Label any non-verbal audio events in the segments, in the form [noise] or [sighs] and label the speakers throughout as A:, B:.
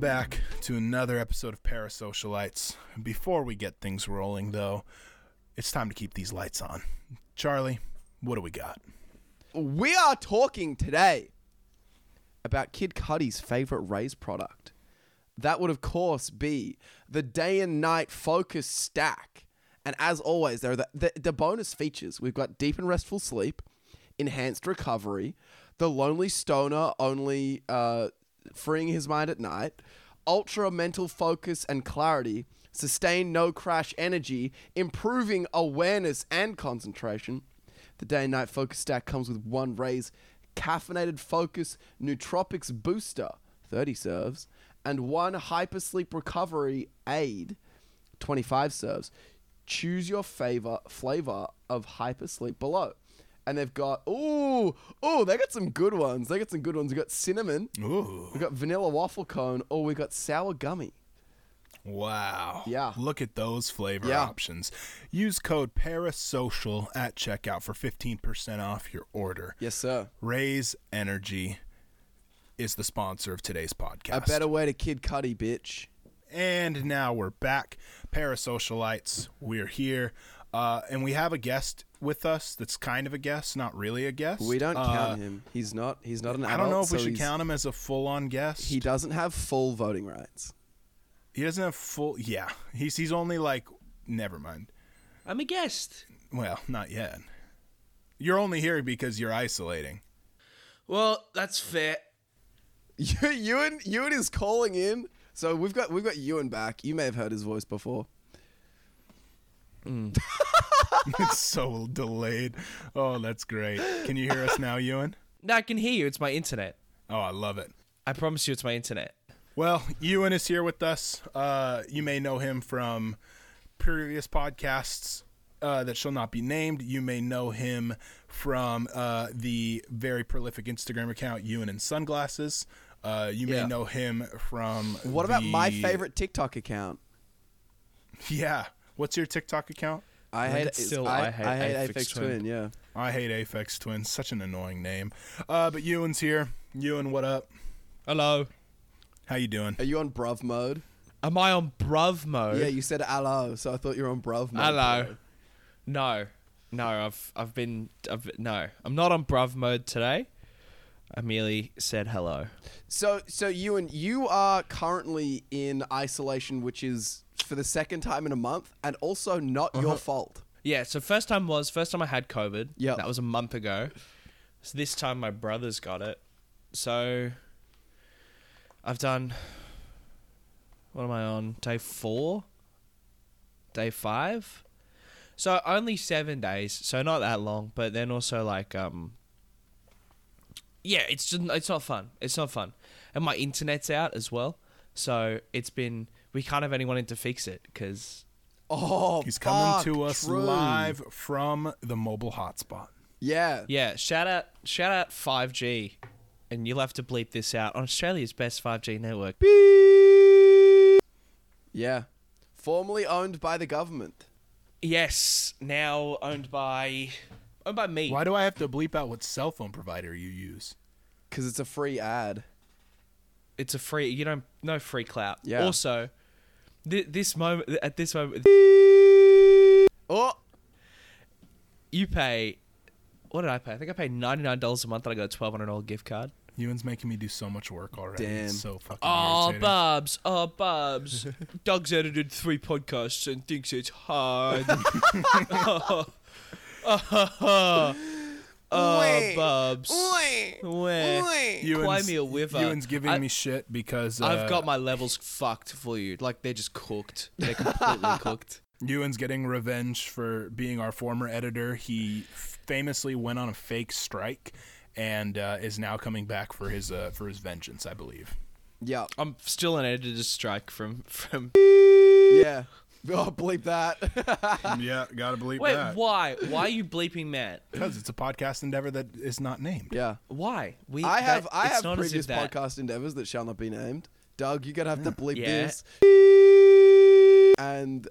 A: back to another episode of Parasocialites. Before we get things rolling, though, it's time to keep these lights on. Charlie, what do we got?
B: We are talking today about Kid Cudi's favorite Raise product. That would, of course, be the day and night focus stack. And as always, there are the, the, the bonus features. We've got deep and restful sleep, enhanced recovery, the lonely stoner only uh, freeing his mind at night, ultra mental focus and clarity, sustained no crash energy, improving awareness and concentration. The day and night focus stack comes with one raise, caffeinated focus nootropics booster, 30 serves, and one hypersleep recovery aid, 25 serves. Choose your favor flavor of hypersleep below. And they've got ooh, ooh, they got some good ones. They got some good ones. We got cinnamon.
A: Ooh.
B: We got vanilla waffle cone, or we got sour gummy.
A: Wow.
B: Yeah.
A: Look at those flavor
B: Yeah.
A: options. Use code Parasocial at checkout for 15% off your order.
B: Yes, sir.
A: Raise Energy is the sponsor of today's
B: A
A: podcast.
B: better way to Kid Cudi, bitch.
A: And now we're back. Parasocialites, we're here. Uh, and we have a guest with us that's kind of a guest, not really a guest.
B: We don't
A: Uh,
B: count him. He's not. He's not an
A: I
B: adult.
A: don't know if we
B: so
A: should
B: he's-
A: count him as a full on guest.
B: He doesn't have full voting rights.
A: He doesn't have full. Yeah, he's he's only like. Never mind.
C: I'm a guest.
A: Well, not yet. You're only here because you're isolating. [laughs]
C: Well, that's fair.
B: [laughs] You- Ewan, Ewan is calling in. So we've got we've got Ewan back. You may have heard his voice before.
A: it's so delayed. Oh, that's great. Can you hear us now, Ewan?
C: Now I can hear you. It's my internet.
A: Oh, I love it.
C: I promise you, it's my internet.
A: Well, Ewan is here with us. Uh, you may know him from previous podcasts uh, that shall not be named. You may know him from uh, the very prolific Instagram account Ewan and Sunglasses. Uh, you
C: Yeah.
A: may know him from
B: What about my
A: the-
B: favorite TikTok account?
A: [laughs] Yeah. What's your TikTok account?
B: I hate
C: it's still I hate Aphex
B: Aphex
C: Twin.
B: Yeah.
A: I hate Aphex Twin. Such an annoying name. Uh, but Ewan's here. Ewan, what up?
C: Hello.
A: How you doing?
B: Are you on bruv mode?
C: Am I on bruv mode?
B: Yeah, you said hello, so I thought you were on bruv mode.
C: Hello. No, no. I've I've been. I've, no, I'm not on bruv mode today. I merely said hello.
B: So, so Ewan, you are currently in isolation, which is for the second time in a month, and also not
A: Uh-huh.
B: your fault.
C: Yeah. So first time was first time I had COVID.
B: Yeah.
C: That was a month ago. So this time my brother's got it. So I've done. What am I on? Day four. Day five. So only seven days. So not that long. But then also like um. Yeah, it's just it's not fun. It's not fun, and my internet's out as well. So it's been we can't have anyone in to fix it because
B: Oh,
A: He's coming
B: fuck,
A: to us
B: true.
A: live from the mobile hotspot.
B: Yeah.
C: Yeah, shout out shout out 5G. And you'll have to bleep this out on Australia's best 5G network.
B: Yeah. Formerly owned by the government.
C: Yes, now owned by owned by me.
A: Why do I have to bleep out what cell phone provider you use?
B: Because it's a free ad.
C: It's a free you don't no free clout.
B: Yeah.
C: Also, th- this moment at this moment
B: Oh,
C: you pay what did I pay? I think I paid $99 a month and I got a $1200 gift card.
A: Ewan's making me do so much work already.
B: Damn.
A: It's so fucking
C: Oh,
A: irritating.
C: Bubs. Oh, Bubs. [laughs] Doug's edited three podcasts and thinks
B: [laughs]
C: it's hard. [laughs] oh,
B: Wait.
C: Bubs.
B: Wait.
C: Where? Cry me a river.
A: Ewan's giving
C: I-
A: me shit because uh,
C: I've got my levels fucked for you. Like, they're just cooked. They're [laughs] completely cooked.
A: Ewan's getting revenge for being our former editor. He famously went on a fake strike and uh, is now coming back for his uh, for his vengeance, I believe.
B: yeah,
C: I'm still an editor's strike from. from.
B: yeah. [laughs] Oh, bleep that. [laughs]
A: yeah, gotta believe
C: Wait, why? Why are you bleeping Matt?
A: Because it's a podcast endeavor that is not named.
B: yeah,
C: Why? We,
B: I have
C: that-
B: I
C: it's
B: have
C: not as if
B: previous
C: that-
B: podcast endeavors that shall not be named. Doug, you're gonna have to bleep
C: Yeah.
B: this. And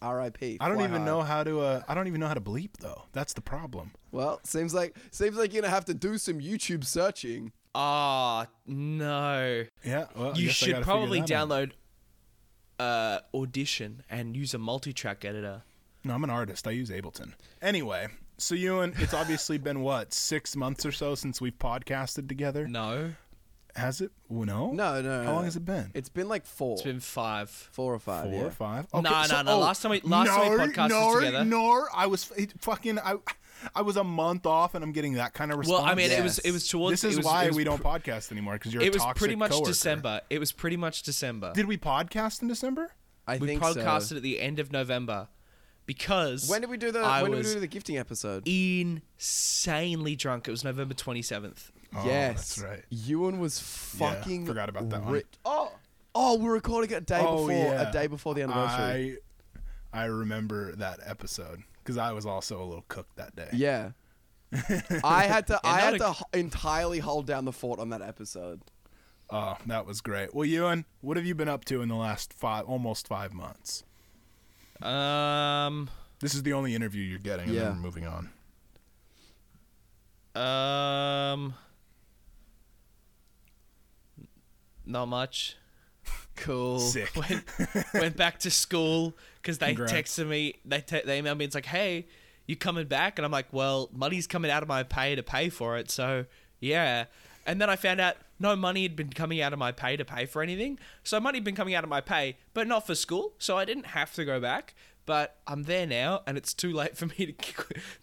B: R.I.P.
A: I don't
B: Fly
A: even
B: high.
A: know how to. Uh, I don't even know how to bleep though. That's the problem.
B: Well, seems like seems like you're gonna have to do some YouTube searching.
C: Ah, no.
A: Yeah, well, I
C: you
A: guess I
C: should
A: gotta figure
C: probably
A: that out.
C: download uh, Audition and use a multi-track editor.
A: No, I'm an artist. I use Ableton. Anyway, so Ewan, it's obviously been what six months or so since we've podcasted together.
C: No,
A: Has it? Well, no,
B: No, no. uh,
A: How long has it been?
B: It's been like four,
C: it's been five.
B: four or five.
A: four
B: yeah.
A: or five. oh,
C: Nah, nah, nah. Last time we- last
A: nor,
C: time we podcasted
A: nor,
C: together.
A: nor I was it, fucking I, I was a month off, and I'm getting that kind of response.
C: Well, I mean, it was
B: Yes.
C: it was towards.
A: this is
C: it was,
A: why
C: it was
A: we don't
C: pr-
A: podcast anymore because you're. a
C: it was
A: toxic
C: pretty much
A: coworker.
C: December. It was pretty much December.
A: Did we podcast in December?
B: I
C: we
B: think
C: podcasted
B: so.
C: at the end of November because
B: When did we do the
C: I
B: When did
C: was
B: we do the gifting episode?
C: insanely drunk. It was November twenty seventh.
A: Oh,
B: yes,
A: that's right.
B: Ewan was fucking.
A: forgot about that one.
B: ri- Oh, oh, we're recording it a day
A: Oh,
B: before
A: yeah.
B: a day before the anniversary.
A: I I remember that episode because I was also a little cooked that day. [laughs]
B: Yeah, I had to.
C: Yeah,
B: I
C: not
B: had
C: a-
B: to h- entirely hold down the fort on that episode.
A: Oh, that was great. Well, Ewan, what have you been up to in the last five, almost five months?
C: Um.
A: This is the only interview you're getting, and
B: Yeah.
A: then we're moving on.
C: Um. Not much. Cool.
A: Sick.
C: Went, went back to school because they
A: Congrats.
C: texted me. They te- they emailed me. It's like, hey, you coming back? And I'm like, well, money's coming out of my pay to pay for it. So yeah. And then I found out no money had been coming out of my pay to pay for anything. So money had been coming out of my pay, but not for school. So I didn't have to go back. But I'm there now, and it's too late for me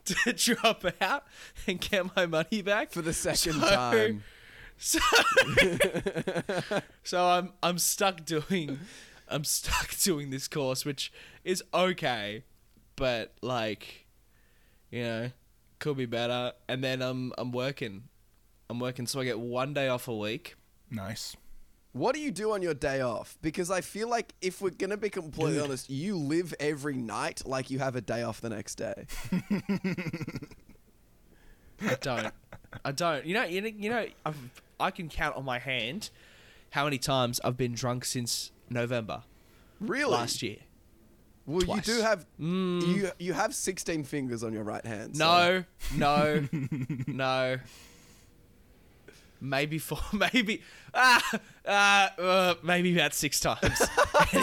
C: to, [laughs] to drop out and get my money back
B: For the second
C: [laughs] So-
B: time.
C: so, [laughs] so I'm I'm stuck doing I'm stuck [laughs] doing this course, which is okay, but like, you know, could be better. And then I'm I'm working, I'm working, so I get one day off a week.
A: Nice.
B: What do you do on your day off? Because I feel like if we're gonna be completely honest, you live every night like you have a day off the next day.
C: I don't, I don't. You know, you know, you know I've, I can count on my hand how many times I've been drunk since November
B: Really?
C: last year.
B: well,
C: twice.
B: you do have
A: Mm.
B: you you have sixteen fingers on your right hand. so-
C: No,
A: [laughs]
C: no, no. Maybe four, [laughs] maybe ah, uh, uh, maybe about
A: [laughs]
C: six times.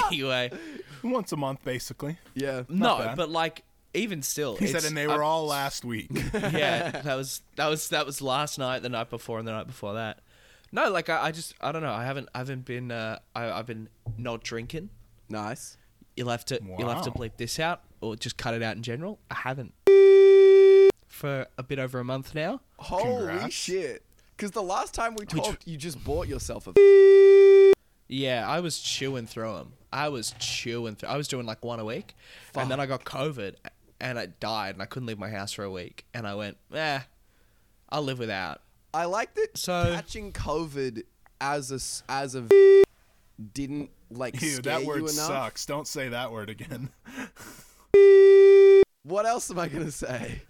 C: anyway,
A: Once a month, basically.
B: Yeah.
C: no,
A: bad.
C: but like even still,
A: He said,
C: it's-
A: and they were
C: I'm-
A: all last
B: [laughs]
A: week.
C: [laughs] yeah. That was that was that was last night, the night before, and the night before that. No, like I, I just I don't know. I haven't I haven't been uh, I, I've been not drinking.
B: Nice.
C: You'll have to you'll have to
A: Wow.
C: bleep this out or just cut it out in general. I haven't for a bit over a month now.
B: Holy
A: Congrats.
B: shit. Because the last time we
C: tr-
B: talked, you just bought yourself a.
C: Yeah, I was chewing through them. I was chewing through. I was doing like one a week, and then I got COVID, and I died, and I couldn't leave my house for a week. And I went, eh, I'll live without.
B: I like that
C: So-
B: catching COVID as a s- as a didn't like
A: [laughs] Ew,
B: scare
A: that
B: you
A: word
B: enough.
A: sucks. Don't say that word again.
B: What else am I gonna say?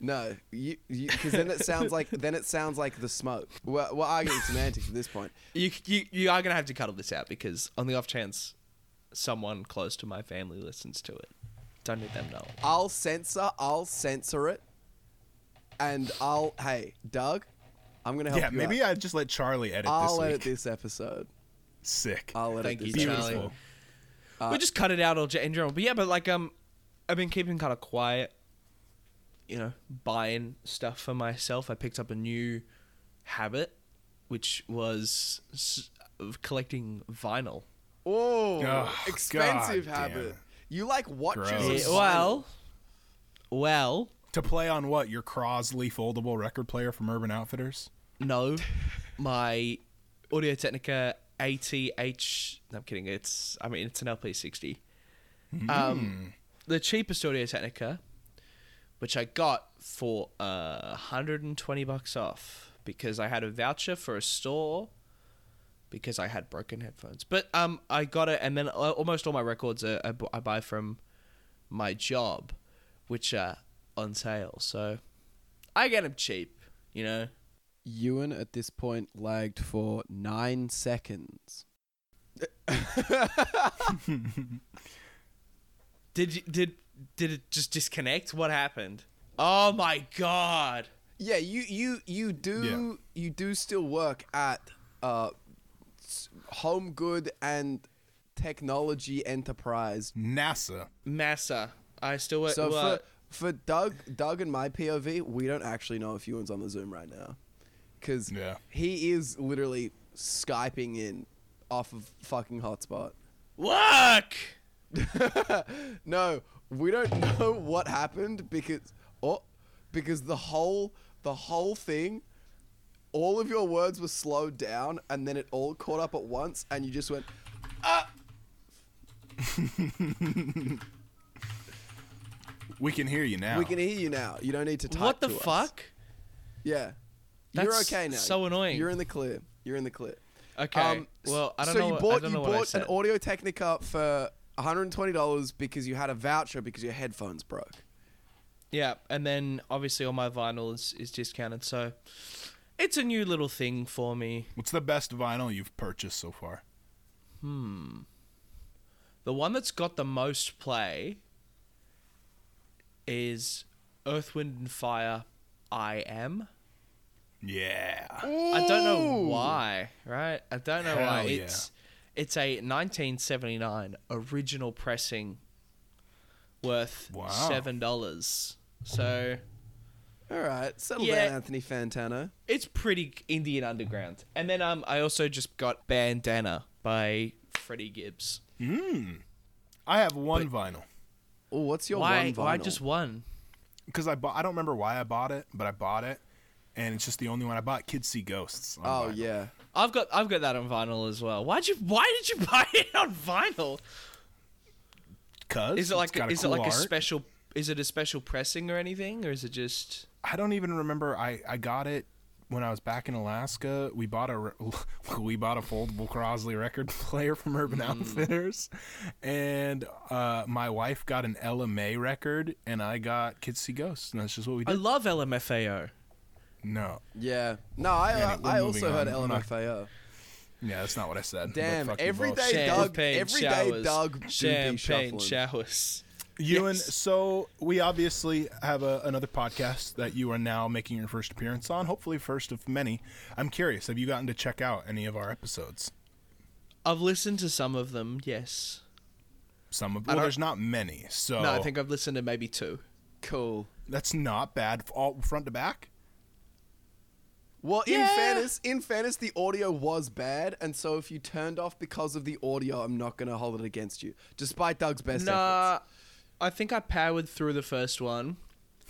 B: No, you because then it sounds like then it sounds like the smoke. We're, we're arguing semantics at this point.
C: You, you, you are gonna have to cuddle this out because on the off chance someone close to my family listens to it, don't let them know.
B: I'll censor. I'll censor it, and I'll. Hey, Doug, I'm gonna
A: [laughs]
B: help
A: yeah,
B: you.
A: maybe
B: out.
A: I just let Charlie edit
B: I'll
A: this
B: edit
A: week.
B: this episode.
A: Sick.
B: I'll edit
C: Thank
B: this.
C: you,
B: episode.
A: Beautiful.
C: Charlie. we'll just cut it out all ge- in general. But yeah, but like um, I've been keeping kind of quiet. You know, buying stuff for myself. I picked up a new habit, which was s- of collecting vinyl.
B: Oh,
A: Ugh,
B: expensive
A: God damn
B: habit.
A: it.
B: You like watches?
A: Gross.
B: and
A: Yeah,
B: Oh, vinyl.
C: well, well,
A: To play on what? Your Crosley foldable record player from Urban Outfitters?
C: no, my Audio Technica ATH. No, I'm kidding. It's I mean it's an LP60. Um, the cheapest Audio Technica, which I got for uh, 120 bucks off because I had a voucher for a store because I had broken headphones. But um, I got it, and then al- almost all my records are, I bu- I buy from my job, which are on sale. So I get them cheap, you know.
B: Ewan at this point lagged for nine seconds.
C: Did you, did did it just disconnect? What happened? Oh my god.
B: Yeah, you you you do you do still work at uh, s- Home Good and Technology Enterprise.
A: NASA.
C: Massa. I still work.
B: So
C: well,
B: for for Doug Doug and my POV, we don't actually know if Ewan's on the Zoom right now, because
A: Yeah.
B: he is literally skyping in off of fucking hotspot.
C: work.
B: [laughs] no, we don't [laughs] know what happened because oh, because the whole the whole thing, all of your words were slowed down and then it all caught up at once and you just went,
A: We can hear you now.
B: "We can hear you now. You don't need to type."
C: What the
B: to us."
C: fuck?
B: Yeah, you're
C: That's
B: okay now.
C: so annoying.
B: You're in the clear. You're in the clear.
C: Okay.
B: s-
C: well, I
B: Um,
C: don't
B: so
C: know.
B: you
C: what-
B: bought
C: I don't
B: you
C: know
B: bought
C: what I said.
B: an Audio Technica for 120 dollars because you had a voucher because your headphones broke.
C: Yeah, and then obviously all my vinyl is, is discounted, so it's a new little thing for me.
A: What's the best vinyl you've purchased so far?
C: The one that's got the most play is Earth, Wind, and Fire. I am.
A: Yeah.
B: Mm.
C: I don't know why, right? I don't know why.
A: Hell yeah.
C: It's it's a 1979 original pressing worth
A: Wow.
C: seven dollars. So
B: All right, settle
C: Yeah.
B: down, Anthony Fantano.
C: it's pretty Indian underground. And then um, I also just got Bandana by Freddie Gibbs.
A: I have one vinyl
B: Oh, what's your
C: why?
B: one vinyl?
C: Why just one?
A: because I bought. I don't remember why I bought it, but I bought it, and it's just the only one I bought. Kids see ghosts. on
B: Oh
A: vinyl.
B: yeah.
C: I've got I've got that on vinyl as well. Why'd you Why did you [laughs] buy it on vinyl?
A: Cause
C: Is it like
A: it's got
C: is
A: cool
C: it like
A: art.
C: a special? Is it a special pressing or anything, or is it just?
A: I don't even remember. I I got it when I was back in Alaska. We bought a re- [laughs] we bought a foldable Crosley record [laughs] player from Urban
C: Hmm.
A: Outfitters, and uh, my wife got an Ella May record, and I got Kids See Ghosts, and that's just what we
C: I
A: did.
C: love LMFAO.
A: no,
B: Yeah. No, I
A: Anyway, we're
B: I, I
A: moving
B: also heard
A: on. I'm not-
B: LMFAO.
A: yeah, that's not what I said. but
B: Damn,
A: fuck you
B: every
A: both.
B: day- Hey, Doug, every day Doug doopy
C: champagne
B: shuffling.
C: showers.
A: Ewan,
C: Yes.
A: so we obviously have a, another podcast that you are now making your first appearance on, hopefully first of many. I'm curious, have you gotten to check out any of our episodes?
C: I've listened to some of them. Yes.
A: Some of well,
C: don't-
A: there's not many, so
C: No, I think I've listened to maybe two.
B: Cool.
A: that's not bad. All front to back. [laughs]
B: Well, in
C: Yeah.
B: fairness, in fairness, the audio was bad, and so if you turned off because of the audio, I'm not gonna hold it against you, despite Doug's best efforts.
C: Nah, I think I powered through the first one,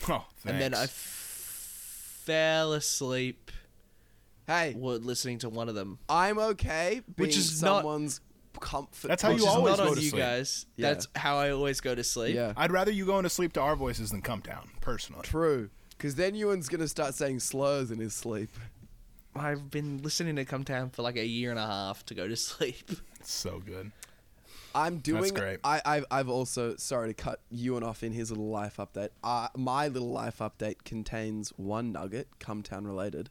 A: Oh,
C: and then I f-
A: thanks.
C: fell asleep
B: Hey,
C: while listening to one of them.
B: I'm okay being
C: Which is not-
B: someone's comfort.
A: That's how
C: Which
A: you
C: is
A: always
C: not
A: go
C: on
A: to
C: you
A: sleep.
C: guys.
B: Yeah.
C: That's how I always go to sleep.
B: Yeah,
A: I'd rather you going to sleep to our voices than come down personally.
B: true. Because then Ewan's gonna start saying slurs in his sleep.
C: I've been listening to Come Down for like a year and a half to [laughs] go to sleep.
A: It's so good.
B: I'm doing.
A: great.
B: I, I've, I've also sorry to cut Ewan off in his little life update. Uh, my little life update contains one nugget, come town related.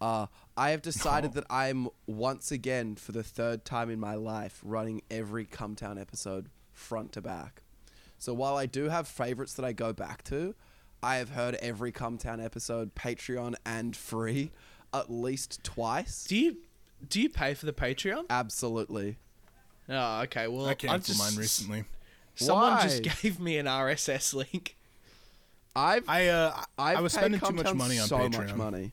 B: Uh, I have
A: Oh.
B: decided that I'm once again, for the third time in my life, running every come town episode front to back. So while I do have favorites that I go back to, I have heard every come town episode, Patreon and free, at least twice.
C: Do you do you pay for the Patreon?
B: Absolutely.
C: Oh, okay. Well,
A: I
C: I've
A: canceled
C: just
A: mine recently.
C: Someone just
B: Why?
C: gave me an RSS link.
B: I've
A: I uh, i
B: I've
A: was
B: paid
A: spending too much
B: Comtown
A: money on
B: so
A: Patreon.
B: much money.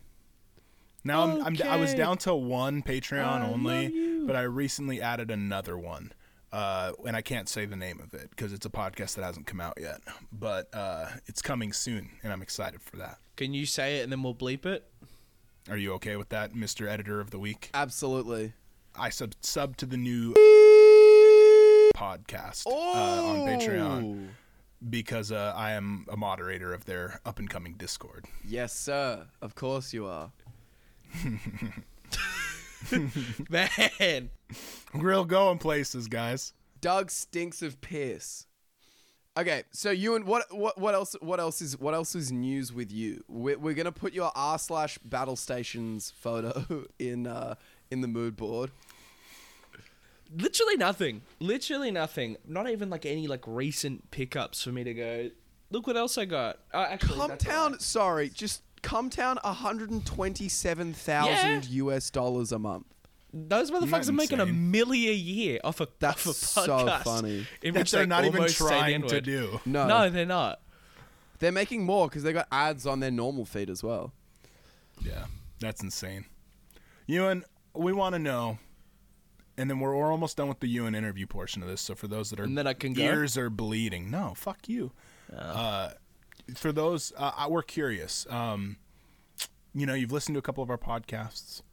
A: Now I'm, I'm I was
C: Okay.
A: down to one Patreon
C: I love
A: only,
C: you.
A: but I recently added another one, uh, and I can't say the name of it because it's a podcast that hasn't come out yet. But uh, it's coming soon, and I'm excited for that.
C: Can you say it and then we'll bleep it? [laughs]
A: Are you okay with that, Mister Editor of the Week?
B: Absolutely.
A: I sub sub to the new podcast uh, on Patreon
C: Oh.
B: Ooh.
A: because uh, I am a moderator of their up and coming Discord.
B: Yes, sir. Of course you are.
C: Man,
A: Real going places, guys.
B: Doug stinks of piss. Okay, so Ewan, what what what else what else is what else is news with you? We're, we're gonna put your r slash battle stations photo [laughs] in uh in the mood board.
C: literally nothing. Literally nothing. Not even like any like recent pickups for me to go. Look what else I got. Oh, actually,
B: Come
C: that's all
B: town,
C: right.
B: sorry, just Cumtown, 127,000 US dollars a month.
C: Those motherfuckers are making a
A: insane?
C: milli a year off a
B: That's
C: off a
B: so
C: podcast
B: funny.
C: In
A: Which
C: which
A: they're not even
C: almost say the
A: trying to
C: N-word.
A: do.
B: No,
C: No, they're not.
B: they're making more because they got ads on their normal feed as well.
A: Yeah, that's insane. Ewan, we want to know, and then we're, we're almost done with the Ewan interview portion of this. So for those that are
C: And then I can go?
A: ears are bleeding. No, fuck you. Uh, for those, uh, I- we're curious. Um, you know, you've listened to a couple of our podcasts.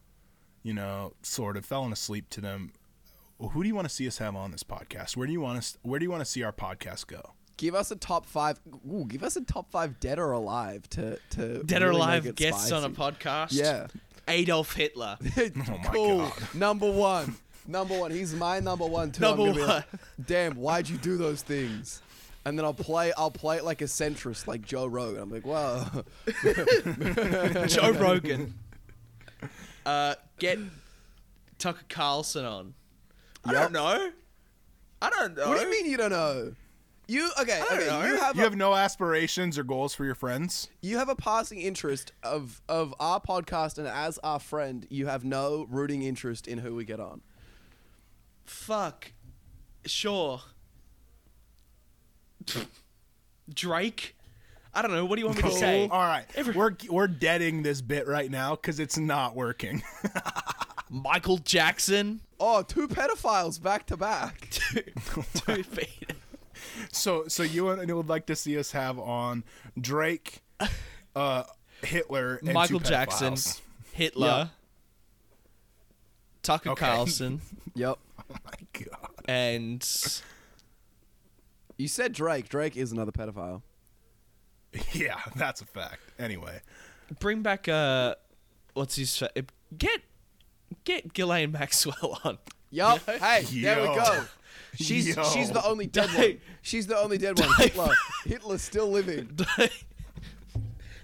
A: You know, sort of fallen asleep to them. Who do you want to see us have on this podcast? Where do you want us? Where do you want to see our podcast go?
B: Give us a top five. Ooh, give us a top five dead or alive to to
C: Dead or
B: really make
C: alive
B: it
C: guests on a
B: spicy.
C: podcast.
B: Yeah.
C: Adolf Hitler.
A: my
B: cool.
A: God.
B: Number one. Number one. He's my number one too. I'm
C: Number
B: gonna be like,
C: [laughs]
B: Damn, why'd you do those things? And then I'll play. I'll play it like a centrist, like Joe Rogan. I'm like, whoa. [laughs]
A: [laughs]
C: Joe Rogan. Uh, get Tucker Carlson on. I
B: Yep.
C: don't know. I don't know.
B: What do you mean you don't know? You okay?
C: Oh. don't
B: okay
C: know.
B: you have
A: You
B: a,
A: have no aspirations or goals for your friends.
B: you have a passing interest of of our podcast, and as our friend, you have no rooting interest in who we get on.
C: Fuck. Sure. Drake. I don't know. What do you want me to
A: Cool.
C: say?
A: All right,
C: Every-
A: we're we're deading this bit right now because it's not working. [laughs]
C: Michael Jackson.
B: Oh, two pedophiles back to back.
C: Two feet.
A: so so you would, you would like to see us have on Drake, uh, Hitler, and two
C: Michael Jackson.
A: pedophiles.
C: Hitler. Tucker
A: Okay.
C: Carlson.
B: yep.
A: [laughs] Oh my god!
C: And
B: You said Drake. Drake is another pedophile.
A: Yeah, that's a fact. Anyway,
C: bring back uh what's his fa- eh, get get Ghislaine Maxwell [laughs] on.
B: Yup. Hey, there
A: Yo.
B: we go. She's
A: Yo.
B: she's the only dead
C: Dave.
B: one. She's the only dead one.
C: Dave.
B: Hitler. Hitler's still living.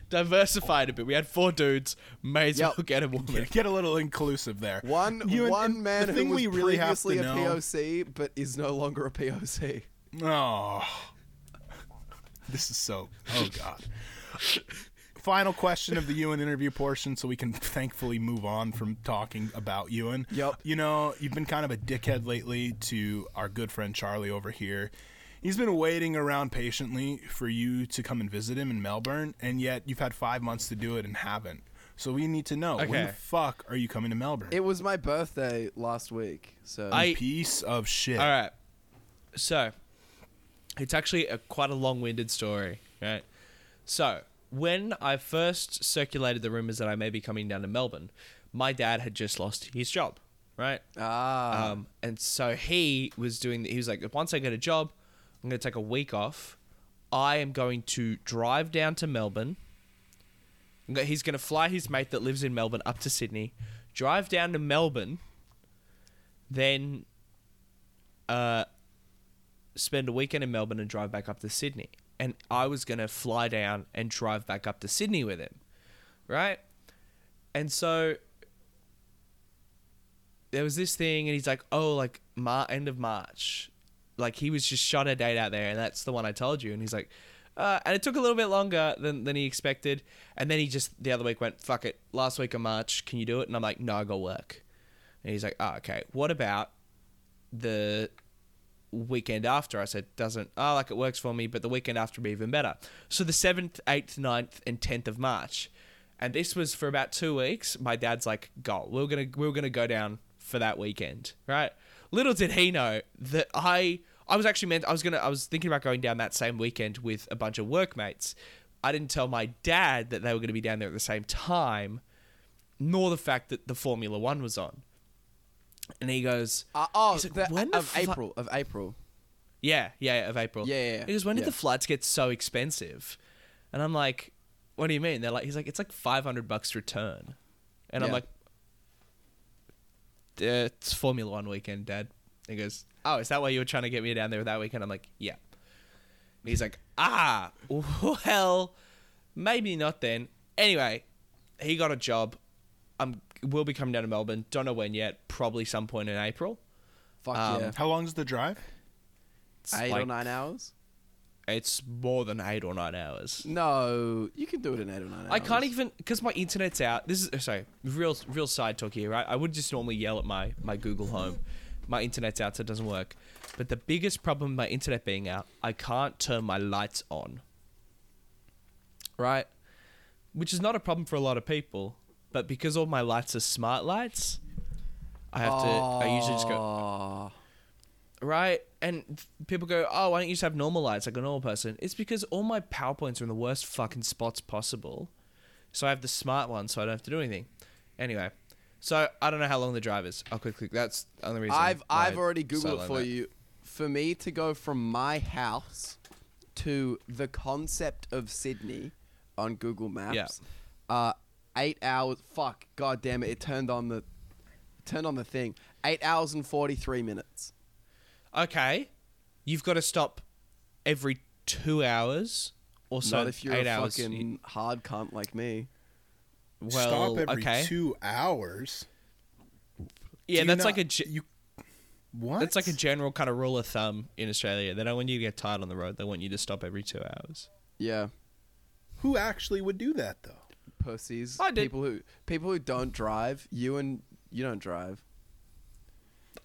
C: Diversified a bit. We had four dudes. May as
B: Yep.
C: well get a woman.
A: get, get a little inclusive there.
B: One
A: You and-
B: one
A: and
B: man
A: the
B: who
A: thing
B: was
A: we really have
B: previously
A: to
B: a
A: know-
B: POC but is no longer a POC.
A: Oh, this is so. Oh God. Final question of the Ewan interview portion, so we can thankfully move on from talking about Ewan.
B: Yep.
A: You know, you've been kind of a dickhead lately to our good friend Charlie over here. He's been waiting around patiently for you to come and visit him in Melbourne, and yet you've had five months to do it and haven't. So we need to know when
C: Okay.
A: the fuck are you coming to Melbourne?
B: It was my birthday last week, so
C: I-
A: Piece of shit.
C: All right. So, it's actually a quite a long-winded story, right? So, when I first circulated the rumors that I may be coming down to Melbourne, my dad had just lost his job, right?
B: ah
C: Um, and so he was doing. He was like, once I get a job, I'm going to take a week off. I am going to drive down to Melbourne. I'm go- He's going to fly his mate that lives in Melbourne up to Sydney, drive down to Melbourne, then uh, spend a weekend in Melbourne and drive back up to Sydney. And I was going to fly down and drive back up to Sydney with him, right? And so there was this thing, and he's like, "Oh, like Mar- end of March, like he was just shot a date out there, and that's the one I told you." And he's like, uh, and it took a little bit longer than than he expected, and then he just the other week went, "Fuck it, last week of March, can you do it?" And I'm like, "No, I got work," and he's like, "Oh, okay. What about the weekend after?" I said, "Doesn't oh like it works for me, but the weekend after would be even better." So the seventh, eighth, 9th, and tenth of March. And this was for about two weeks. My dad's like, "Go, we we're gonna we we're gonna go down for that weekend, right?" Little did he know that I I was actually meant I was gonna I was thinking about going down that same weekend with a bunch of workmates. I didn't tell my dad that they were gonna be down there at the same time, nor the fact that the Formula One was on. And he goes,
B: Ah, oh
C: he's like,
B: the-
C: "When the
B: of
C: fu-
B: April of April.
C: yeah, yeah, of April.
B: Yeah, yeah, yeah.
C: Because when did
B: Yeah.
C: the flights get so expensive? And I'm like, what do you mean? They're like, he's like, it's like 500 bucks return. And I'm
B: Yeah.
C: like, "Uh, it's Formula One weekend, Dad. And he goes, oh, is that why you were trying to get me down there that weekend? I'm like, yeah. And he's like, ah, well, maybe not then. Anyway, he got a job. I'm will be coming down to Melbourne. Don't know when yet. Probably some point in April.
B: Fuck
C: Um,
B: yeah.
A: How long is the drive?
C: It's
B: Eight or
C: like
B: nine hours?
C: It's more than eight or nine hours.
B: No, you can do it in eight or nine hours.
C: I can't even because my internet's out. This is sorry, real real side talk here, right? I would just normally yell at my my Google Home. My internet's out, so it doesn't work. But the biggest problem with my internet being out, I can't turn my lights on. Right? Which is not a problem for a lot of people, but because all my lights are smart lights, I have to I usually just go
B: go.
C: right? And f- people go, "Oh, why don't you just have normal lights like a normal person?" It's because all my powerpoints are in the worst fucking spots possible, so I have the smart one, so I don't have to do anything. Anyway, so I don't know how long the drive is. I'll quickly. That's the only reason.
B: I've
C: why
B: I've
C: I
B: already googled it
C: sidelined
B: for
C: that.
B: you. For me to go from my house to the concept of Sydney on Google Maps, uh, eight hours. Fuck, god damn it! It turned on the turned on the thing. Eight hours and forty three minutes.
C: Okay, you've got to stop every two hours or so.
B: Not if you're
C: eight
B: a
C: hours.
B: fucking hard cunt like me.
C: well,
A: Stop every
C: okay.
A: two hours.
C: yeah,
A: Do you
C: that's
A: not-
C: like a. ge-
A: you. What?
C: That's like a general kind of rule of thumb in Australia. They don't want you to get tired on the road. They want you to stop every two hours.
B: Yeah,
A: Who actually would do that though?
B: pussies.
C: I did-
B: People who people who don't drive. You and you don't drive.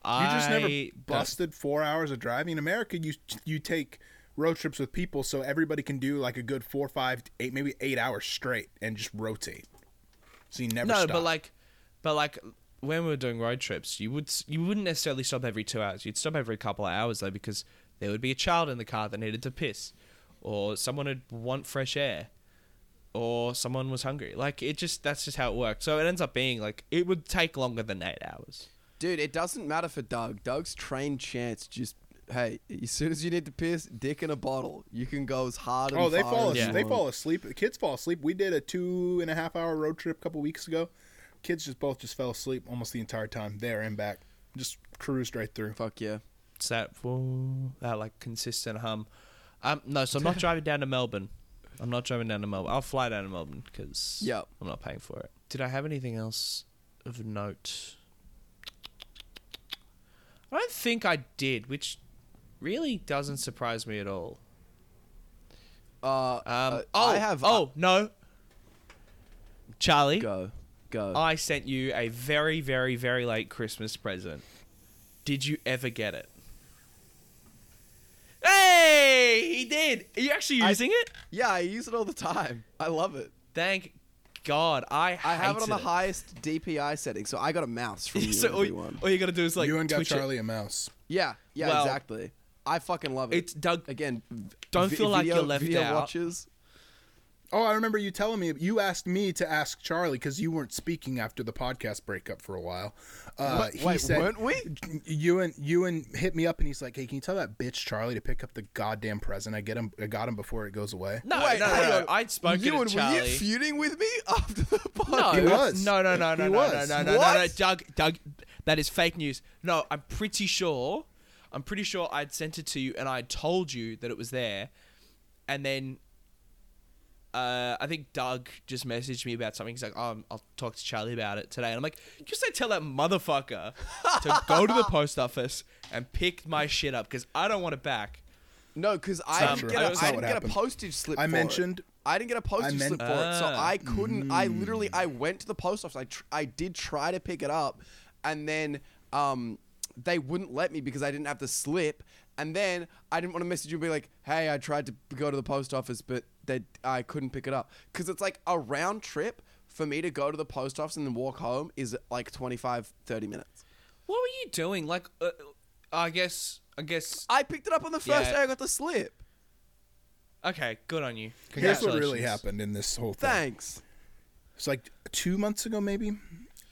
A: You just never
C: I don't-
A: busted four hours of driving. In America, you you take road trips with people, so everybody can do like a good four, five, eight, maybe eight hours straight, and just rotate. So you never
C: no,
A: stop.
C: but like, but like when we were doing road trips, you would s- you wouldn't necessarily stop every two hours. You'd stop every couple of hours though, because there would be a child in the car that needed to piss, or someone would want fresh air, or someone was hungry. Like it just that's just how it worked. So it ends up being like it would take longer than eight hours.
B: Dude, it doesn't matter for Doug. Doug's trained chance just hey, as soon as you need to piss, dick in a bottle. You can go as hard. And
A: oh, they
B: far
A: fall
B: as
A: as-
B: you
A: they
B: want.
A: fall asleep. The kids fall asleep. We did a two and a half hour road trip a couple weeks ago. Kids just both just fell asleep almost the entire time, there and back. Just cruised right through.
B: Fuck yeah.
C: It's that woo, that like consistent hum. Um, no, so
B: [laughs]
C: I'm not driving down to Melbourne. I'm not driving down to Melbourne. I'll fly down to Melbourne because
B: Yep.
C: I'm not paying for it. Did I have anything else of note? I don't think I did, which really doesn't surprise me at all.
B: Uh,
C: Um,
B: uh,
C: oh,
B: I have
C: oh no, Charlie,
B: go go.
C: I sent you a very, very, very late Christmas present. Did you ever get it? Hey, he did. Are you actually
B: I-
C: using it?
B: yeah, I use it all the time. I love it.
C: Thank God. I
B: I have it on
C: hated
B: the
C: [laughs]
B: highest DPI setting, so I got a mouse from you,
C: so all, you-
B: everyone.
C: all you gotta do is like
A: you and got
C: twitch it.
A: Charlie a mouse.
B: yeah, yeah,
C: Well,
B: exactly. I fucking love it.
C: It's Doug.
B: again. v-
C: Don't
B: vi-
C: feel like
B: video-
C: you're left
B: video
C: out.
B: Watches.
A: Oh, I remember you telling me you asked me to ask Charlie because you weren't speaking after the podcast breakup for a while. Uh,
B: Wait, wait, weren't we?
A: You and you and hit me up and he's like, "Hey, can you tell that bitch Charlie to pick up the goddamn present? I get him, I got him before it goes away."
C: No,
B: Wait,
C: no, no,
B: hang
C: no.
B: on.
C: I'd spoken
B: Ewan,
C: to Charlie.
B: were you feuding with me [laughs] after the
C: no,
B: podcast?
A: He was.
C: no, no, no, no,
A: He
C: no, no,
A: was.
C: no, no, no, no,
B: What?
C: Doug, Doug, that is fake news. No, I'm pretty sure, I'm pretty sure I'd sent it to you and I told you that it was there, and then, uh, I think Doug just messaged me about something. He's like, "Oh, I'll talk to Charlie about it today," and I'm like, "You say tell that motherfucker to go [laughs] to the post office and pick my shit up because I don't want it back."
B: No, because I
A: not
B: didn't
A: true.
B: get, a,
A: That's
B: I
A: not
B: didn't
A: what
B: get a
A: happened.
B: postage slip.
A: I
B: for it.
A: mentioned-
B: I didn't get a postage
A: meant- Mm.
B: slip for it, so
C: Ah.
B: I couldn't. I literally, I went to the post office. I tr- I did try to pick it up, and then um, they wouldn't let me because I didn't have the slip. And then I didn't want to message you and be like, "Hey, I tried to go to the post office, but they, I couldn't pick it up." Because it's like a round trip for me to go to the post office and then walk home is like 25, 30 minutes.
C: What were you doing? Like, uh, I guess, I guess.
B: I picked it up on the first
C: Yeah.
B: day I got the slip.
C: Okay, good on you.
A: Here's what really
C: Congratulations.
A: happened in this whole thing.
B: Thanks.
A: It's like two months ago, maybe.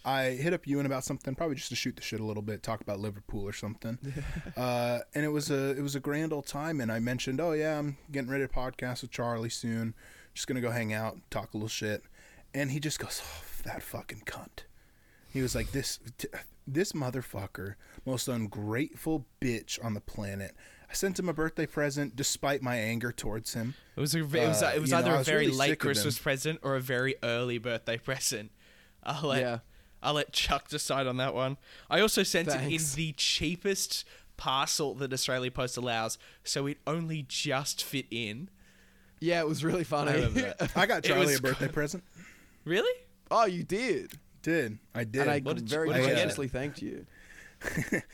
A: I hit up Ewan about something, probably just to shoot the shit a little bit, talk about Liverpool or something.
C: [laughs]
A: uh, and it was a it was a grand old time. And I mentioned, oh yeah, I'm getting ready to podcast with Charlie soon. Just gonna go hang out, talk a little shit. And he just goes, oh, that fucking cunt. He was like this t- this motherfucker, most ungrateful bitch on the planet. I sent him a birthday present despite my anger towards him.
C: It was a, it was,
A: Uh,
C: it was
A: you know,
C: either
A: I
C: a
A: was
C: very
A: really
C: late
A: sick of them.
C: Christmas present or a very early birthday [laughs] present. I'll let
B: Yeah.
C: I'll let Chuck decide on that one. I also sent it in
B: Thanks.
C: the cheapest parcel that Australia Post allows, so it only just fit in.
B: Yeah, it was really
C: I
B: funny.
C: remember that.
A: [laughs] I got
C: [laughs] It
A: Charlie
C: was
A: a birthday
C: quite-
A: present.
C: really?
B: oh, you did.
A: Did I did?
B: And I
C: What did you-
B: very
C: what did
A: you get?
B: graciously thanked you.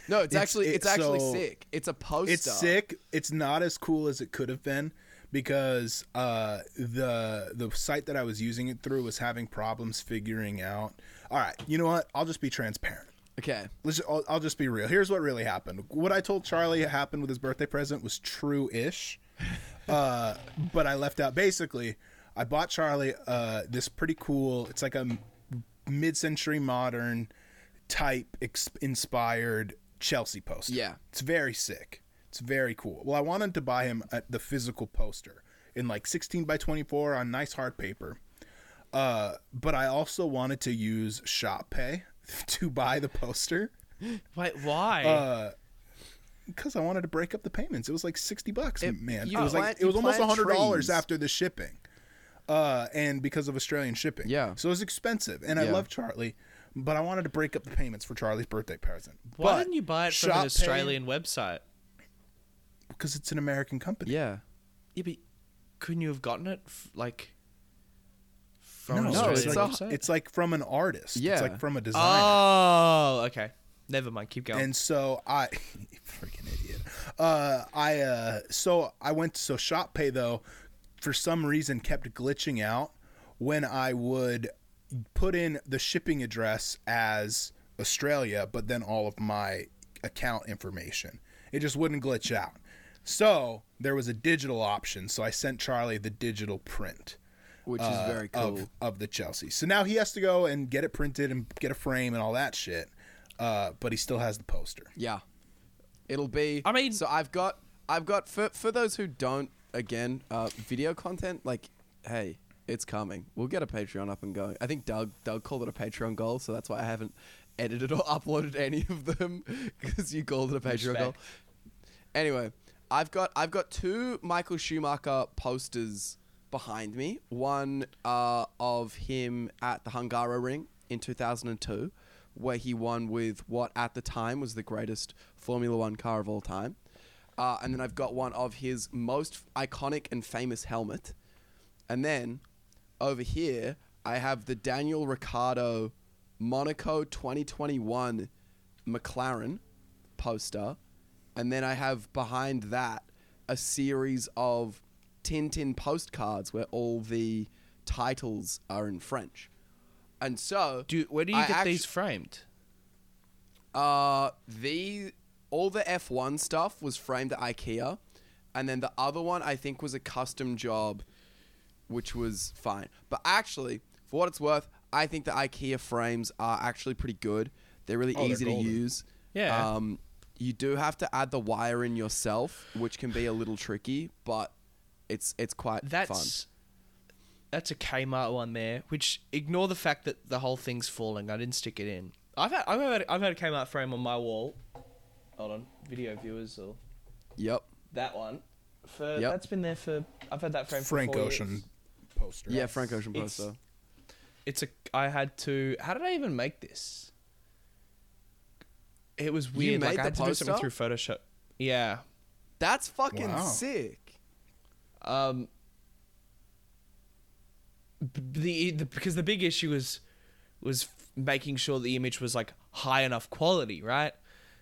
B: No, it's,
A: It's-
B: actually it's,
A: it's
B: actually
A: so-
B: sick. It's a poster.
A: it's sick. It's not as cool as it could have been because uh, the the site that I was using it through was having problems figuring out. All right, you know what? I'll just be transparent.
B: Okay.
A: Let's. I'll, I'll just be real. Here's what really happened. What I told Charlie happened with his birthday present was true-ish, uh, [laughs] but I left out basically. I bought Charlie uh, this pretty cool. It's like a m- mid-century modern type ex- inspired Chelsea poster.
B: Yeah.
A: it's very sick. It's very cool. Well, I wanted to buy him uh the physical poster in like 16 by 24 on nice hard paper. Uh, but I also wanted to use Shop Pay [laughs] to buy the poster
C: Wait, why?
A: Uh, because I wanted to break up the payments. It was like sixty bucks, man.
B: you
A: It was
B: plant-
A: like it was
B: you
A: almost
B: plant
A: hundred dollars
B: trees.
A: after the shipping, uh, and because of Australian shipping.
B: Yeah.
A: so it was expensive. And I
B: Yeah.
A: love Charlie, but I wanted to break up the payments for Charlie's birthday present.
C: why
A: But
C: didn't you buy it from
A: Shop
C: an
A: Pay-
C: Australian website?
A: Because it's an American company.
B: Yeah.
C: Yeah, but couldn't you have gotten it f- like from
A: No,
C: an
A: it's,
B: Oh, No,
C: Australian
B: it's
A: like,
C: website?
A: it's like from an artist.
B: Yeah.
A: It's like from a designer.
C: oh, okay. Never mind. Keep going.
A: And so I, [laughs] you freaking idiot. Uh, I uh, so I went so shop pay though, for some reason kept glitching out when I would put in the shipping address as Australia, but then all of my account information. It just wouldn't glitch out. So there was a digital option. So I sent Charlie the digital print
B: Which is
A: uh,
B: very cool.
A: of, of the Chelsea. So now he has to go and get it printed and get a frame and all that shit. Uh, but he still has the poster.
B: Yeah. It'll be
C: I mean-
B: so I've got I've got for for those who don't again uh video content like hey, it's coming. We'll get a Patreon up and going. I think Doug Doug called it a Patreon goal, so that's why I haven't edited or [laughs] uploaded any of them cuz you called it a Patreon goal.
C: Respect.
B: Anyway, I've got I've got two Michael Schumacher posters behind me. One uh, of him at the Hungara Ring in 2002, where he won with what at the time was the greatest Formula One car of all time. Uh, and then I've got one of his most iconic and famous helmet. And then over here, I have the Daniel Ricciardo Monaco 2021 McLaren poster. And then I have behind that a series of Tintin postcards where all the titles are in French. And so,
C: Do where do you
B: I
C: get
B: actu-
C: these framed?
B: uh, the all the F1 stuff was framed at IKEA, and then the other one I think was a custom job, which was fine. But actually, for what it's worth, I think the IKEA frames are actually pretty good. They're really
A: Oh, they're
B: easy to
A: golden.
B: use.
C: Yeah.
B: Um, you do have to add the wire in yourself, which can be a little tricky, but it's it's quite fun.
C: That's that's a Kmart one there. Which ignore the fact that the whole thing's falling. I didn't stick it in. I've had I've had, I've had a Kmart frame on my wall. Hold on, video viewers or
B: Yep.
C: that one. For
B: Yep.
C: that's been there for I've had that frame for
A: Frank
C: four
A: Ocean
C: years.
A: poster.
B: Yeah, Frank Ocean
C: It's-
B: poster.
C: It's a I had to. How did I even make this? It was weird.
B: made
C: like I
B: the
C: had to do something
B: poster?
C: through Photoshop. Yeah.
B: That's fucking
A: Wow.
B: sick.
C: Um, b- the, the because the big issue was was f- making sure the image was like high enough quality, right?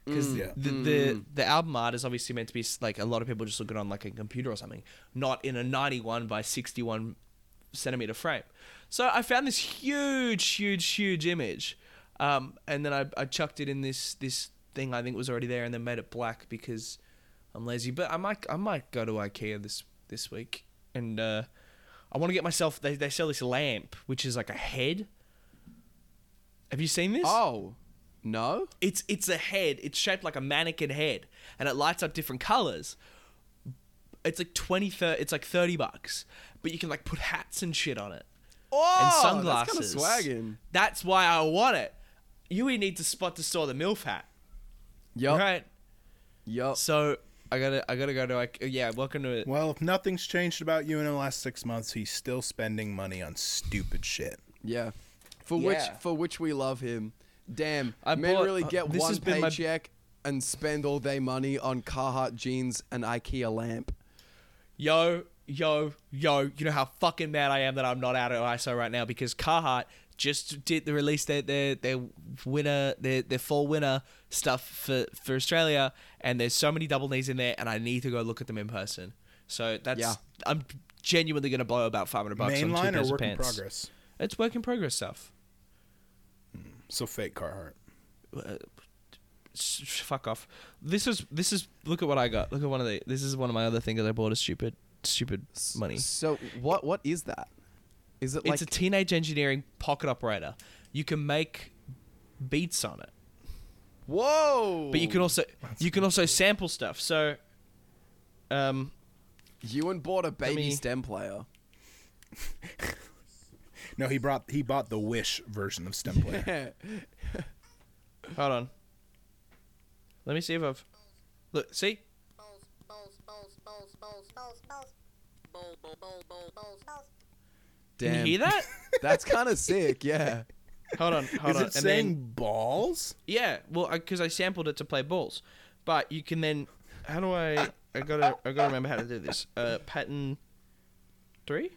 C: Because
A: Mm. Yeah.
C: the, the the album art is obviously meant to be s- like a lot of people just look it on like a computer or something, not in a 91 by 61 centimeter frame. So I found this huge, huge, huge image, um, and then I, I chucked it in this this thing I think was already there, and then made it black because I'm lazy. But I might I might go to IKEA this this week, and uh, I want to get myself. They they sell this lamp which is like a head. Have you seen this?
B: Oh, no.
C: It's it's a head. It's shaped like a mannequin head, and it lights up different colors. It's like twenty, thir It's like thirty bucks, but you can like put hats and shit on it, and
B: Oh,
C: sunglasses.
B: That's kind of swagging.
C: That's why I want it. You would need to spot to store the milf hat,
B: Yep.
C: right?
B: Yep.
C: So I gotta I gotta go to like yeah. Welcome to it.
A: Well, if nothing's changed about you in the last six months, he's still spending money on stupid shit.
B: Yeah. For
C: Yeah.
B: which for which we love him. Damn,
C: I
B: men
C: bought-
B: really
C: uh,
B: get
C: this
B: one
C: has been my-
B: paycheck and spend all their money on Carhartt jeans and IKEA lamp.
C: Yo, yo, yo, you know how fucking mad I am that I'm not out at ISO right now because Carhartt just did the release their their, their winter their, their fall winter stuff for, for Australia and there's so many double knees in there and I need to go look at them in person. So that's
B: Yeah.
C: I'm genuinely gonna blow about five hundred bucks on two
A: Mainline
C: pairs
A: or
C: of
A: work in
C: pants.
A: progress?
C: It's work in progress stuff.
A: So fake Carhartt.
C: uh, s- s- fuck off. This is this is look at what I got. Look at one of the this is one of my other things that I bought a stupid stupid money.
B: So what what is that? Is it like
C: it's a teenage engineering pocket operator. You can make beats on it.
B: whoa?
C: But you can also you can also sample stuff. So um
B: Ewan bought a baby
C: me-
B: stem
C: [laughs]
B: player. [laughs]
A: No, he brought he bought the Wish version of stem
B: [laughs]
A: player.
C: hold on. Let me see if I've Look, see?
B: Damn,
C: Can you hear that?
B: [laughs] That's kind of sick. Yeah.
C: Hold on, hold
A: Is
C: on.
A: it saying balls?
C: Yeah, well, because I, sampled it to play balls, but you can then. How do I? I gotta. I gotta remember how to do this. Uh, pattern three.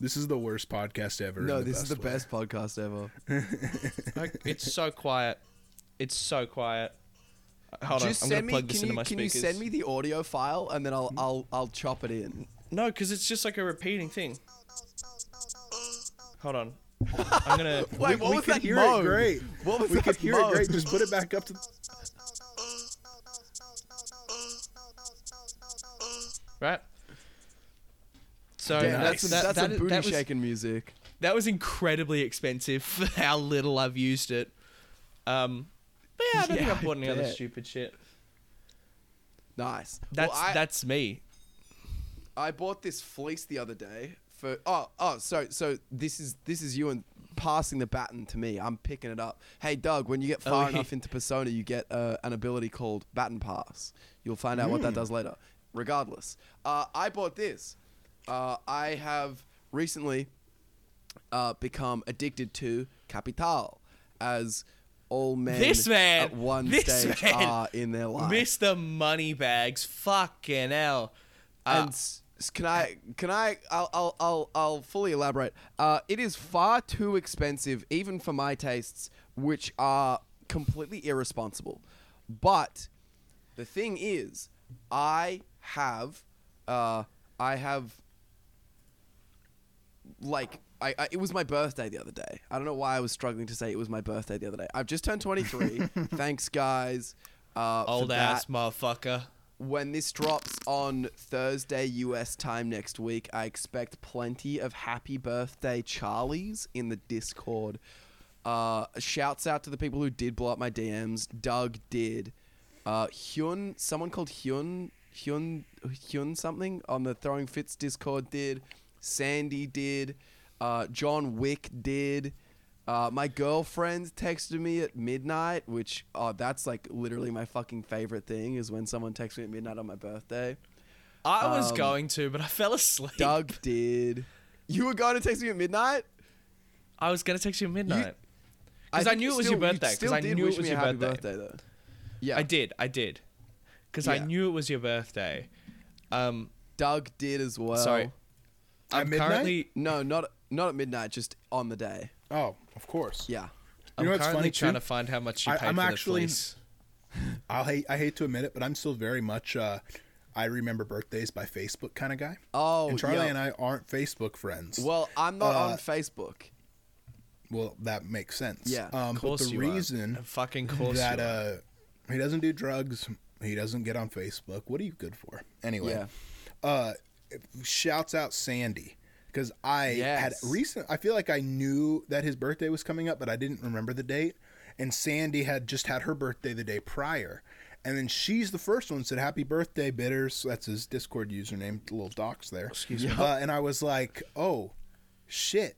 A: This is the worst podcast ever.
B: No,
A: in
B: this is the
A: way.
B: best podcast ever.
C: I, it's so quiet. It's so quiet. Hold
B: Just
C: on,
B: send
C: I'm gonna
B: me.
C: plug
B: can
C: this
B: you
C: into my
B: can
C: speakers. Hmm?
B: you send me the audio file and then I'll I'll I'll chop it in.
C: No, because it's just like a repeating thing. Hold on. I'm gonna.
A: We-
B: Wait, what
A: we
B: was
A: could
B: that
A: hear
B: moan?
A: it great.
B: What was
A: we
B: that
A: could hear
B: moan?
A: it great. Just put it back up to.
C: Right. So
B: Damn,
C: that's,
B: that's
C: that,
B: that's
C: that,
B: some
C: that
B: booty
C: was-
B: shaking music.
C: that was incredibly expensive [laughs] for how little I've used it. Um, but yeah, I don't
B: Yeah,
C: think I've
B: I
C: bought any other
B: bet.
C: stupid shit.
B: Nice.
C: That's
B: well, I,
C: that's me.
B: I bought this fleece the other day for oh oh so so this is this is you and passing the baton to me. I'm picking it up. Hey Doug, when you get far [laughs]
C: Oh, yeah.
B: enough into persona, you get uh, an ability called baton pass. You'll find out what that does later. Regardless, uh, I bought this. Uh, I have recently uh, become addicted to capital, as all men
C: This man,
B: at one
C: this
B: stage
C: man,
B: are in their life.
C: Mr. Moneybags, fucking hell. Uh,
B: and s- s- can I can I I'll I'll I'll, I'll fully elaborate. Uh, it is far too expensive, even for my tastes, which are completely irresponsible. But the thing is, I have uh, I have like I, I it was my birthday the other day. I don't know why I was struggling to say it was my birthday the other day. I've just turned
C: [laughs]
B: 23. Thanks guys. Uh, for
C: old
B: that
C: ass motherfucker.
B: when this drops on Thursday US time next week, I expect plenty of happy birthday Charlies in the Discord. Uh, shouts out to the people who did blow up my DMs. Doug did. Uh, Hyun, someone called Hyun, Hyun, Hyun something on the Throwing Fits Discord did. Sandy did. Uh, John Wick did. Uh, my girlfriend texted me at midnight, which uh, that's like literally my fucking favorite thing is when someone texts me at midnight on my birthday.
C: I was
B: Um,
C: going to, but I fell asleep.
B: Doug did. You were going to text me at midnight?
C: I was gonna text you at midnight. Because I,
B: think
C: knew
B: you
C: it was
B: still-
C: your
B: you
C: birthday. Because
B: still
C: I
B: did
C: knew
B: wish
C: it was
B: me a
C: your
B: happy
C: birthday.
B: though. Yeah,
C: I did, I did. Because I
B: Yeah.
C: knew it was your birthday. Um,
B: Doug did as well.
C: sorry.
A: Oh. At
C: I'm
A: midnight?
C: currently
B: No, not not at midnight, just on the day.
A: Oh, of course. You
B: Yeah.
A: know
C: I'm
A: what's
C: currently
A: funny
C: trying
A: too?
C: to find how much you
A: I-
C: paid
A: I'm
C: for
A: actually-
C: the fleece.
A: I hate I hate to admit it, but I'm still very much uh, I remember birthdays by Facebook kind of guy.
B: Oh,
A: and Charlie
B: yeah.
A: and I aren't Facebook friends.
B: Well, I'm not
A: Uh,
B: on Facebook.
A: well, that makes sense.
B: Yeah, of
A: um,
C: Of course
A: but the
C: you
A: reason
C: are. Fucking course
A: that
C: you are.
A: uh, he doesn't do drugs, he doesn't get on Facebook. What are you good for anyway?
B: Yeah.
A: uh shouts out Sandy because I
B: Yes.
A: had recent I feel like I knew that his birthday was coming up but I didn't remember the date and Sandy had just had her birthday the day prior and then she's the first one said happy birthday bitters that's his discord username little docs there excuse me uh, and I was like oh shit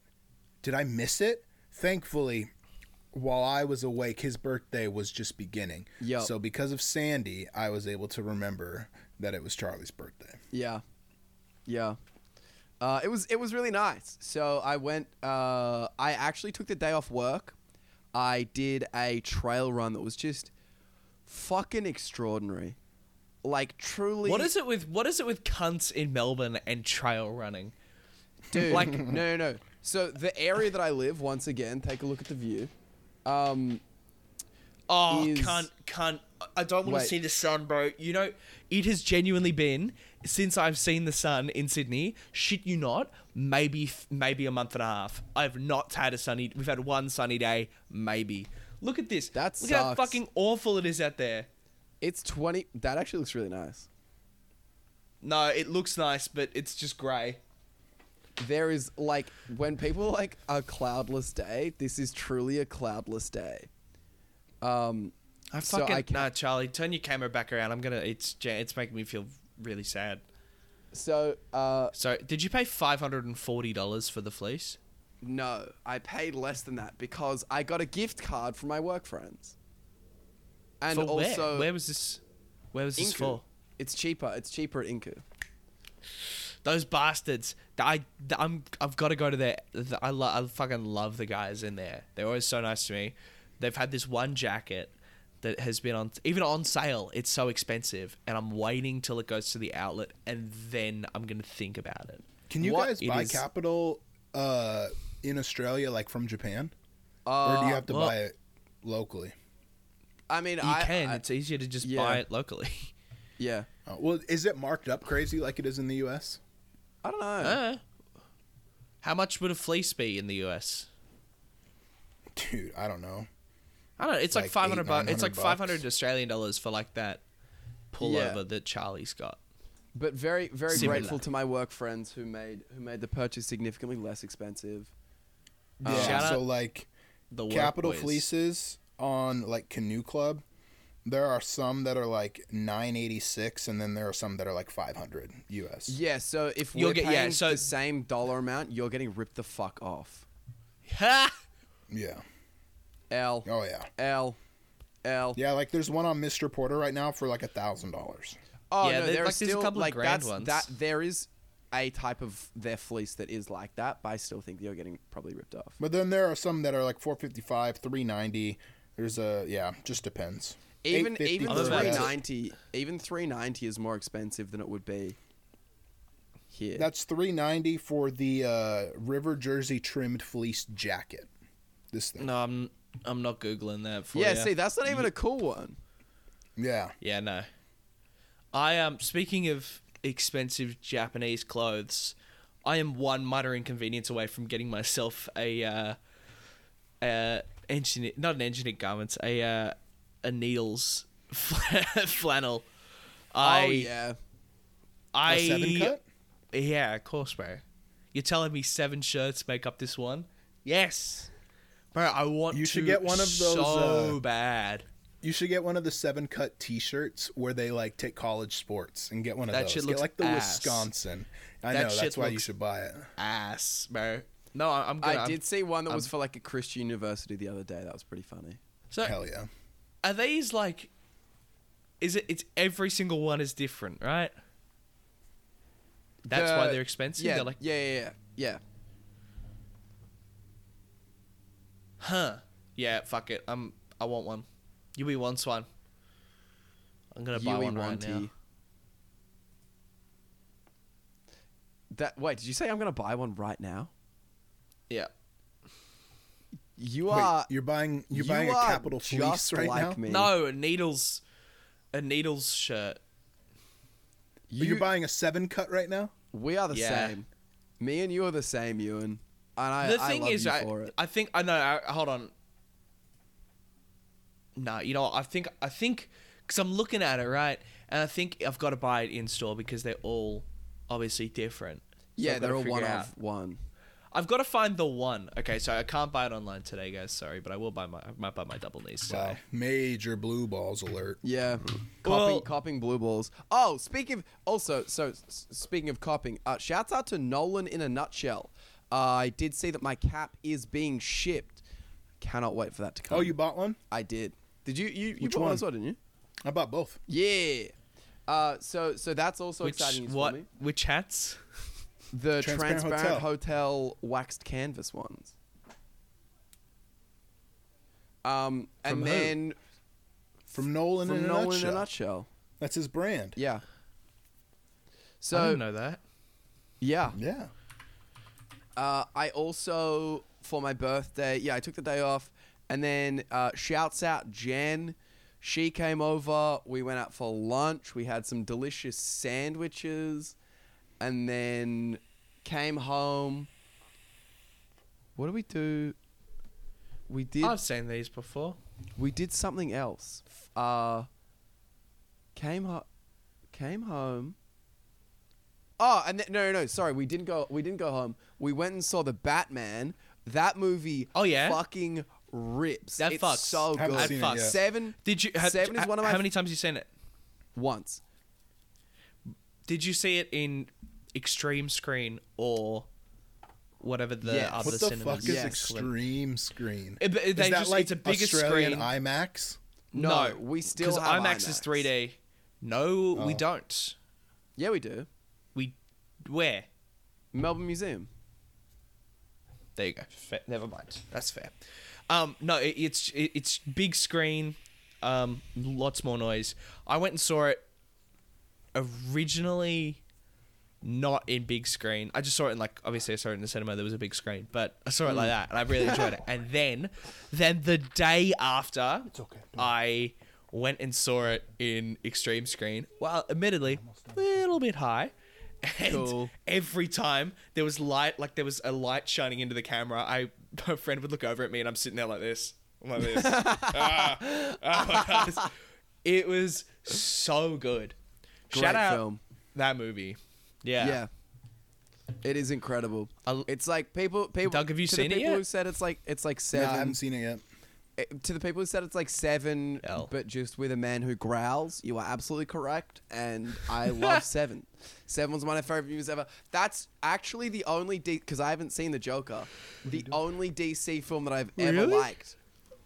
A: did I miss it thankfully while I was awake his birthday was just beginning
B: Yup.
A: so because of Sandy I was able to remember that it was Charlie's birthday
B: Yeah, yeah. Uh, it was it was really nice. So I went. Uh, I actually took the day off work. I did a trail run that was just fucking extraordinary. Like truly
C: What is it with what is it with cunts in Melbourne and trail running?
B: dude. Like, [laughs] no, no, no. So the area that I live, once again, take a look at the view. Um,
C: Oh,
B: Is-
C: cunt, cunt. I don't want
B: Wait.
C: to see the sun, bro. You know, it has genuinely been since I've seen the sun in Sydney. Shit, you not? Maybe, maybe a month and a half. I've not had a sunny. We've had one sunny day, maybe. Look at this.
B: That
C: Look at how
B: sucks.
C: fucking awful it is out there.
B: it's twenty. That actually looks really nice.
C: No, it looks nice, but it's just grey.
B: There is like when people like a cloudless day. This is truly a cloudless day. Um,
C: I
B: So
C: fucking
B: I can-
C: nah, Charlie. Turn your camera back around. I'm gonna. It's ja- it's making me feel really sad.
B: so uh,
C: So, did you pay five hundred and forty dollars for the fleece?
B: no, I paid less than that because I got a gift card from my work friends. And
C: for
B: also,
C: where? where was this? Where was this
B: Inku.
C: for?
B: It's cheaper. It's cheaper at Inku.
C: Those bastards. Th- I, th- I'm, I've got to go to their. th- I, lo- I fucking love the guys in there. They're always so nice to me. They've had this one jacket that has been on, even on sale. It's so expensive, and I'm waiting till it goes to the outlet, and then I'm gonna think about it.
A: Can you
B: What
A: guys
B: it
A: buy
B: is-
A: capital uh, in Australia, like from Japan, or do
B: Uh,
A: you have to
C: well-
A: buy it locally?
B: I mean,
C: You
B: I
C: can.
B: I-
C: it's easier to just
B: yeah.
C: buy it locally. [laughs]
B: yeah.
A: Oh, well, is it marked up crazy like it is in the U.S.?
B: I don't know.
C: Uh, how much would a fleece be in the US?
A: Dude, I don't know.
C: I don't know. It's like,
A: Like eight,
C: 500 bucks.
A: 900
C: It's like
A: bucks.
C: 500 Australian dollars for like that pullover that Charlie's got.
B: but very very
C: Similar.
B: grateful to my work friends who made who made the purchase significantly less expensive.
A: Yeah,
C: Uh, Shout
A: so
C: out
A: like
C: The work
A: capital
C: boys.
A: fleeces on like Canoe Club. There are some that are like 986, and then there are some that are like 500 U.S.
B: Yeah, so if
C: You'll
B: we're
C: get- yeah,
B: paying
C: so-
B: the same dollar amount, you're getting ripped the fuck off.
C: [laughs] Ha!
A: yeah.
B: L
A: Oh yeah.
B: L L.
A: Yeah, like there's one on Mr. Porter right now for like a thousand dollars.
B: Oh
C: Yeah,
B: no,
C: there-
B: there are
C: like, there's a
B: still
C: couple of
B: like
C: grand
B: that's
C: ones.
B: that there is a type of their fleece that is like that, but I still think you're getting probably ripped off.
A: But then there are some that are like 455, 390. There's a yeah, just depends.
B: Even
A: 850
B: even
A: for
C: the
B: three
A: that.
B: ninety, even three ninety is more expensive than it would be here.
A: That's 390 for the uh, River Jersey trimmed fleece jacket. This thing.
C: No, I'm I'm not googling that for
B: yeah,
C: ya.
B: see, that's not even a cool one.
A: Yeah.
C: yeah, no. I am um, speaking of expensive Japanese clothes. I am one minor inconvenience away from getting myself a uh, uh engineer, not an engineered garments, a uh, a [laughs] needles flannel. I
B: oh yeah.
C: I
A: A seven cut?
C: Yeah, of course, bro. You're telling me seven shirts make up this one? Yes, bro. I want.
A: You should
C: to
A: get one of those,
C: so
A: uh,
C: bad.
A: You should get one of the seven cut T-shirts where they like take college sports and get one of
C: That
A: those.
C: shit
A: get
C: looks
A: like the
C: ass.
A: Wisconsin. I
C: That
A: know
C: shit
A: that's why you
C: looks-
A: should buy it.
C: Ass, bro. No, I- I'm gonna.
B: I
C: I'm-
B: did see one that was for like a Christian university the other day. That was pretty funny.
C: So,
A: Hell yeah.
C: are these like? Is it? It's every single one is different, right? That's why
B: The-
C: they're expensive.
B: Yeah,
C: They're like,
B: yeah, yeah, yeah, yeah.
C: huh? Yeah, fuck it. I'm. I want one. You be one swan. I'm gonna buy
B: Yui
C: one right
B: Wanty.
C: now.
B: That wait, did you say I'm gonna buy one right now?
C: Yeah.
B: You
A: Wait,
B: are
A: you're buying you're
B: you
A: buying a
B: are
A: capital fleece
B: just
A: right
B: like
A: now.
B: Me.
C: No, a needles, a needles shirt.
A: You,
B: you,
A: you're buying a seven cut right now.
B: we are the
C: Yeah.
B: same. Me and you are the same, Ewan. And I,
C: the
B: I
C: thing
B: love
C: is,
B: you
C: I,
B: for it.
C: I think I know. I, hold on. No, you know, what, I think I think because I'm looking at it right, and I think I've got to buy it in store because they're all obviously different. So
B: yeah,
C: I've gotta
B: they're all
C: figure
B: one
C: out.
B: of one.
C: I've got to find the one. Okay, so I can't buy it online today, guys. Sorry, but I will buy my I might buy my double knees. So.
A: Wow. Major blue balls alert.
B: Yeah, copying,
C: Well-
B: copying blue balls. Oh, speaking of also, so s- speaking of copying, uh, shouts out to Nolan in a nutshell. Uh, I did see that my cap is being shipped. Cannot wait for that to come.
A: Oh, you bought one?
B: I did. Did you? You, you
A: Which
B: bought one
A: one?
B: as well, didn't you?
A: I bought both.
B: Yeah. Uh, so so that's also
C: Which
B: exciting news
C: what?
B: for me.
C: Which hats?
B: The transparent,
A: Transparent
B: hotel. waxed canvas ones. Um, and
C: From who?
B: then
A: From Nolan
B: Um, From
A: in a
B: Nolan
A: nutshell.
B: in a nutshell.
A: That's his brand.
B: Yeah.
C: I
B: So
C: didn't know that.
B: yeah,
A: Yeah.
B: uh, I also for my birthday, yeah, I took the day off, and then uh, shouts out Jen. She came over. We went out for lunch. We had some delicious sandwiches, and then came home. What do we do? We did.
C: I've seen these before.
B: We did something else. F- Uh, came home, came home. Oh, and th- no, no, no. Sorry, we didn't go. We didn't go home. We went and saw the Batman. That movie.
C: Oh, yeah?
B: fucking rips.
C: That
B: it's
C: fucks.
B: so good.
A: Haven't seen it yet.
B: Seven.
C: Did you? Ha,
B: seven is
C: ha-
B: one of my
C: How many times you seen it?
B: once.
C: Did you see it in extreme screen or whatever the
B: Yes.
C: other
A: What the
C: cinema
A: fuck is
B: Yes.
A: extreme screen?
C: It- but
A: Is
C: they
A: that
C: just-
A: like
C: it's a bigger
A: Australian
C: screen.
A: IMAX?
B: No, we still
C: because
B: have
C: IMAX, is
B: IMAX.
C: 3D. No, we
A: Oh.
C: don't.
B: Yeah, we do.
C: We where?
B: Melbourne Museum.
C: There you go. Fair. Never mind. That's fair. Um, no, it, it's it, it's big screen, um, lots more noise. I went and saw it originally not in big screen. I just saw it in like obviously I saw it in the cinema. There was a big screen, but I saw it
B: Mm.
C: like that, and I really enjoyed it. And then, then the day after,
A: okay.
C: I went and saw it in extreme screen. Well, admittedly, a little bit high. And
B: Cool.
C: every time there was light, like there was a light shining into the camera, I my friend would look over at me, and I'm sitting there like this, I'm
B: [laughs]
C: like this. Ah. [laughs] Oh my God. It's- It was so good.
B: Great
C: Shout out
B: film.
C: that movie. Yeah.
B: Yeah. It is incredible.
C: I'll-
B: It's like people, people.
C: Doug, have you
B: to
C: seen it
B: the people
C: yet?
B: Who said it's like it's like
A: No,
B: seven.
A: I haven't seen it yet.
B: it- eh, to the people who said it's like seven,
C: Hell.
B: but just with a man who growls, you are absolutely correct. And I
C: [laughs]
B: love seven. Seven was one of my favorite movies ever. That's actually the only D because I haven't seen the Joker. The only DC film that I've ever
C: Really?
B: liked,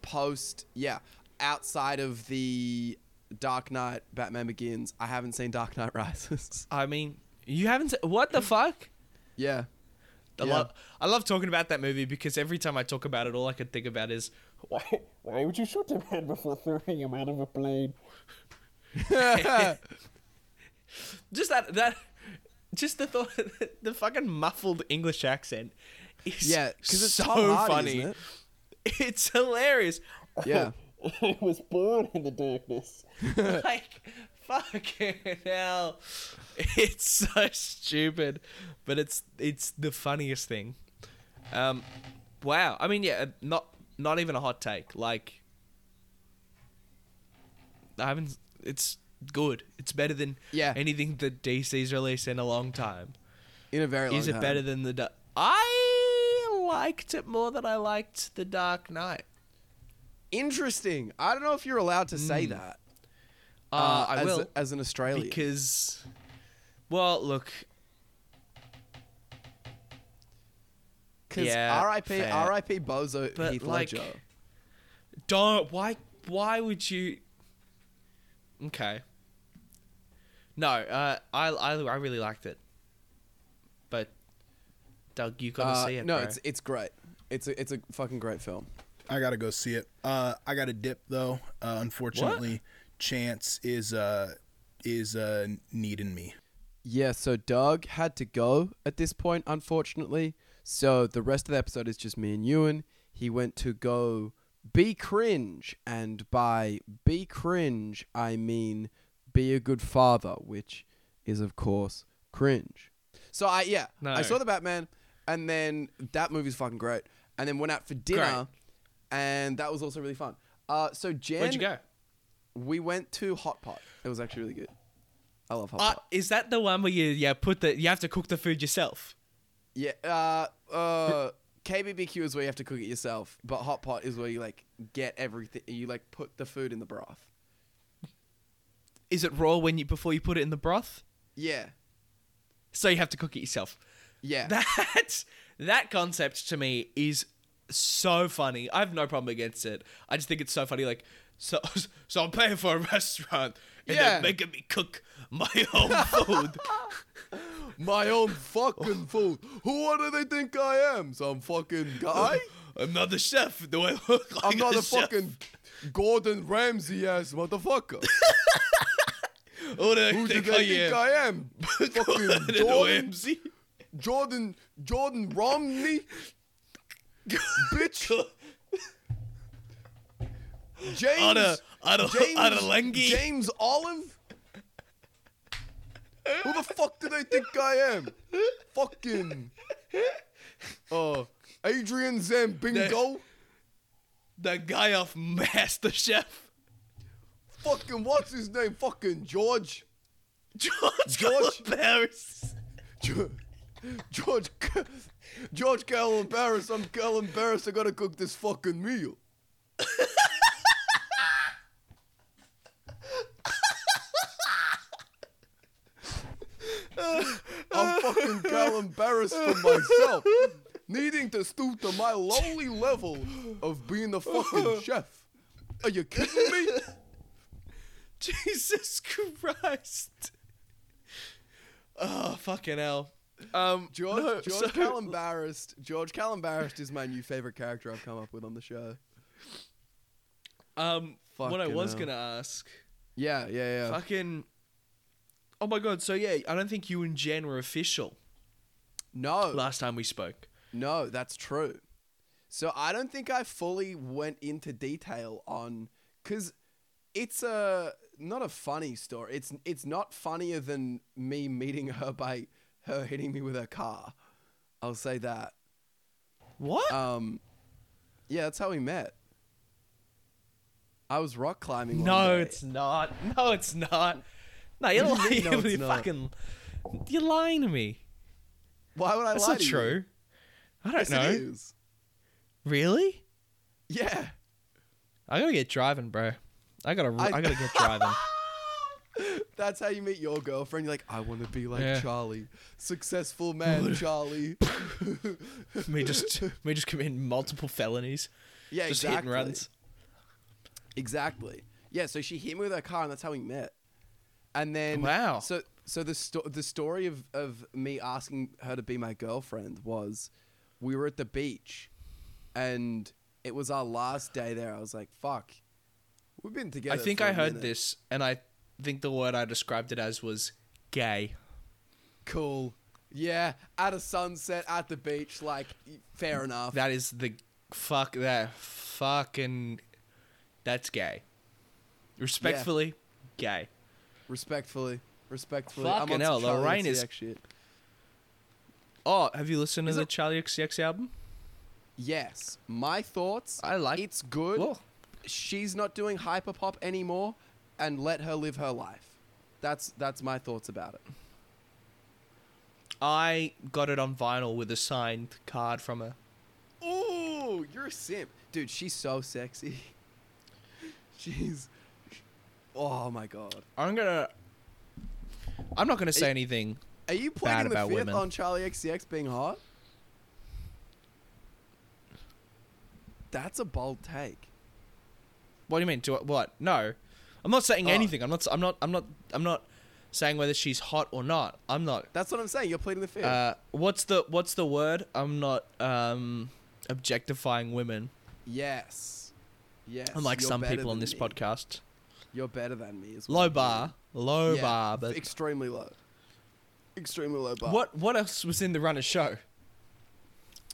B: post yeah, outside of the Dark Knight, Batman Begins. I haven't seen Dark Knight Rises. [laughs]
C: I mean, you haven't. se- What the fuck?
B: yeah,
C: I
B: Yeah.
C: love I love talking about that movie because every time I talk about it, all I can think about is why,
D: Why would you [laughs] shoot a man before throwing him out of a plane?
C: just that that just the thought [laughs] the fucking muffled English accent is
B: yeah, because it's
C: so
B: Tom Hardy,
C: funny.
B: isn't it?
C: It's hilarious. [laughs]
B: Yeah.
D: I was born in the darkness.
C: like fucking hell, it's so stupid, but it's it's the funniest thing. Um, wow. I mean, yeah, not not even a hot take. Like, I haven't. It's good. It's better than
B: Yeah.
C: anything that DC's released in a long time.
B: In a very long
C: Is it
B: time.
C: better than the? Da- I liked it more than I liked the Dark Knight.
B: Interesting. I don't know if you're allowed to say
C: Hmm.
B: that.
C: Uh,
B: uh,
C: I
B: as,
C: will.
B: as an Australian.
C: Because, well, look,
B: Because
C: Yeah,
B: R.I.P.
C: fair.
B: R.I.P. Bozo
C: but
B: Heath
C: like,
B: Ledger.
C: don't. Why? Why would you? Okay. No, uh, I, I I really liked it, but Doug, you gotta
B: Uh,
C: see it.
B: no,
C: bro.
B: it's it's great. It's a it's a fucking great film.
A: I gotta go see it. Uh, I got to dip though. Uh, unfortunately, Chance is uh is uh needing me.
B: Yeah. So Doug had to go at this point, unfortunately. So the rest of the episode is just me and Ewan. He went to go be cringe, and by be cringe I mean be a good father, which is of course cringe. So I yeah,
C: No.
B: I saw the Batman, and then that movie's fucking great. And then went out for dinner, and that was also really fun. Uh, so Jen,
C: where'd you go?
B: We went to Hot Pot. It was actually really good. I love Hot
C: Uh,
B: Pot.
C: is that the one where you yeah put the you have to cook the food yourself?
B: Yeah. Uh, uh, KBBQ is where you have to cook it yourself, but Hot Pot is where you like get everything. You like put the food in the broth.
C: Is it raw when you before you put it in the broth?
B: Yeah.
C: So you have to cook it yourself.
B: Yeah.
C: That that concept to me is so funny. I have no problem against it. I just think it's so funny. Like, so [laughs] so I'm paying for a restaurant and
B: Yeah.
C: they're making me cook my [laughs] own food.
B: My own fucking food. Who what do they think
C: [laughs]
B: I am? Some fucking guy?
C: I'm not the chef. Do I look like a chef?
B: Gordon Ramsay ass
C: [laughs]
B: motherfucker.
C: Oh, they,
B: Who
C: they
B: do
C: call
B: they think
C: you [laughs]
B: I am? Fucking
C: Gordon
B: Jordan,
C: Ramsay.
B: Jordan, Jordan
C: [laughs]
B: Romney, bitch. James,
C: Ada, Ada,
B: James,
C: Adelangi.
B: James Olive. Who the fuck do they think I am? Fucking, uh, Adrian Zambingo.
C: the guy off [laughs] MasterChef.
B: Fucking what's his name? Fucking George.
C: George,
B: George-
C: George Paris.
B: Ge- George, Ca- George Callan Barris, I'm Callan Barris. I gotta cook this fucking meal. I'm fucking Callan Barris for myself, needing to stoop to my lowly level of being a fucking chef. Are you kidding me?
C: [laughs] Jesus Christ. Oh, fucking hell. Um,
B: George,
C: no,
B: George
C: so-
B: Callan Barris. George Callan Barris is my new favorite character I've come up with on the show.
C: Um, what I
B: Fucking
C: was
B: hell. Uh,
C: gonna ask,
B: Yeah, yeah, yeah.
C: fucking. Oh my god! So yeah, I don't think you and Jen were official
B: No,
C: last time we spoke.
B: no, that's true. So I don't think I fully went into detail on because it's a not a funny story. It's it's not funnier than me meeting her by her hitting me with her car. I'll say that.
C: What?
B: Um, yeah, that's how we met. I was rock climbing. one
C: no,
B: day.
C: it's not. No, it's not. No, you're
B: What do
C: lying. [laughs]
B: you mean, [laughs] no, it's
C: you're
B: not?
C: fucking. You're lying to me.
B: why would I
C: That's
B: lie
C: not
B: to you?
C: true. I don't
B: Yes, it
C: know.
B: is.
C: Really?
B: Yeah.
C: I gotta get driving, bro. I gotta. I,
B: I-
C: gotta get driving.
B: [laughs] That's how you meet your girlfriend. You're like, I want to be like
C: Yeah.
B: Charlie,
C: [laughs]
B: successful man, Charlie.
C: me just. Me just commit multiple felonies.
B: yeah,
C: just
B: exactly.
C: hit and runs.
B: Exactly. Yeah. So she hit me with her car, and that's how we met. And then
C: Wow.
B: So so the sto- the story of of me asking her to be my girlfriend was, we were at the beach, and it was our last day there. I was like, fuck, we've been together.
C: I think
B: for a
C: I heard
B: minute.
C: this, and I think the word I described it as was gay.
B: Cool. Yeah, at a sunset at the beach, like fair enough.
C: That is the fuck that fucking. That's gay. Respectfully, gay.
B: Respectfully. Respectfully.
C: Fucking
B: I'm on
C: hell,
B: some Charli
C: Lorraine is-
B: XCX shit.
C: Oh, have you listened
B: Is
C: to the
B: it-
C: Charlie XCX album?
B: Yes. My thoughts.
C: I like-
B: It's good.
C: Whoa.
B: She's not doing hyperpop anymore and let her live her life. That's that's my thoughts about it.
C: I got it on vinyl with a signed card from her.
B: Ooh, you're a simp. Dude, she's so sexy. [laughs] She's Oh my god.
C: I'm gonna. I'm not gonna say anything.
B: Are you playing the
C: about
B: fifth
C: women.
B: on Charlie XCX being hot? That's a bold take.
C: What do you mean? Do I, what? No, I'm not saying
B: Oh.
C: anything. I'm not. s- I'm not. I'm not. I'm not saying whether she's hot or not. I'm not.
B: That's what I'm saying. You're pleading the fifth.
C: Uh, what's the What's the word? I'm not um objectifying women,
B: Yes. Yes.
C: unlike
B: you're
C: some
B: better
C: people on
B: than
C: this
B: me.
C: podcast.
B: You're better than me. Is what
C: Low
B: I'm
C: bar, low
B: doing. Yeah,
C: bar,
B: f-
C: but
B: extremely low. Extremely low bar.
C: what what else was in the runner show?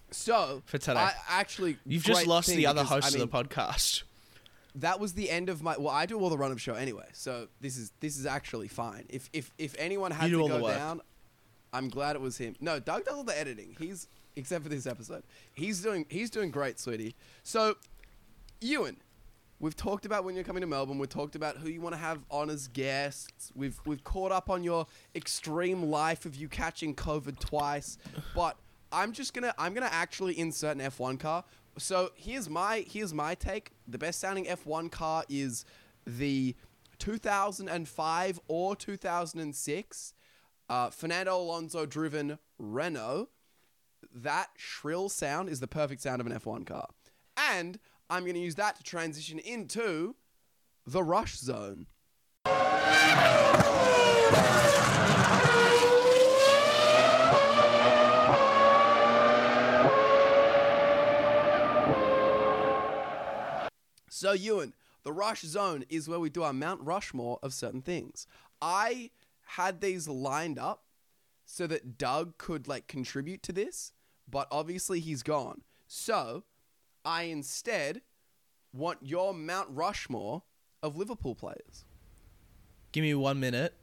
B: So
C: for today?
B: I actually,
C: You've just
B: great
C: lost
B: thing
C: the other
B: because,
C: host
B: I
C: of
B: mean,
C: the podcast.
B: That was the end of my. Well, I do all the run up show anyway, so this is this is actually fine. If if if anyone had
C: You do
B: to
C: all the
B: go
C: work.
B: down, I'm glad it was him. No, Doug does all the editing. He's except for this episode. He's doing he's doing great, sweetie. So, Ewan. We've talked about when you're coming to Melbourne. We've talked about who you want to have on as guests. We've we've caught up on your extreme life of you catching COVID twice. But I'm just gonna I'm gonna actually insert an F1 car. So here's my here's my take. The best sounding F1 car is the 2005 or 2006 uh, Fernando Alonso driven Renault that shrill sound is the perfect sound of an F1 car. And I'm going to use that to transition into the rush zone. So, Ewan, The rush zone is where we do our Mount Rushmore of certain things. I had these lined up so that Doug could like contribute to this, but obviously he's gone. So I instead want your Mount Rushmore of Liverpool players.
C: Give me one minute.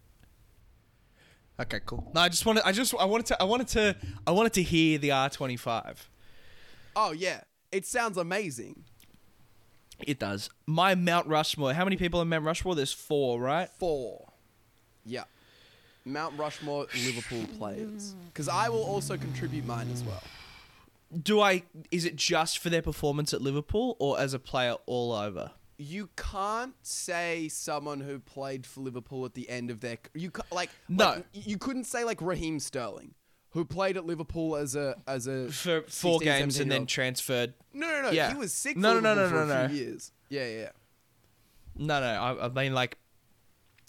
C: Okay, cool. No, I just wanted. I just. I wanted to. I wanted to. I wanted to hear the R twenty five.
B: Oh yeah, it sounds amazing.
C: It does. My Mount Rushmore. How many people in Mount Rushmore? There's four, right?
B: Four. Yeah. Mount Rushmore Liverpool players. Because I will also contribute mine as well.
C: Do I? Is it just for their performance at Liverpool, or as a player all over?
B: You can't say someone who played for Liverpool at the end of their you ca- like
C: No.
B: like, y- you couldn't say like Raheem Sterling who played at Liverpool as a as a
C: For four
B: 16,
C: games and then
B: 17-year-old.
C: transferred.
B: no no no
C: Yeah.
B: he was sick
C: No,
B: for
C: no, no,
B: Liverpool for
C: no,
B: a
C: no,
B: few years yeah yeah yeah.
C: No, no. I, I mean, like,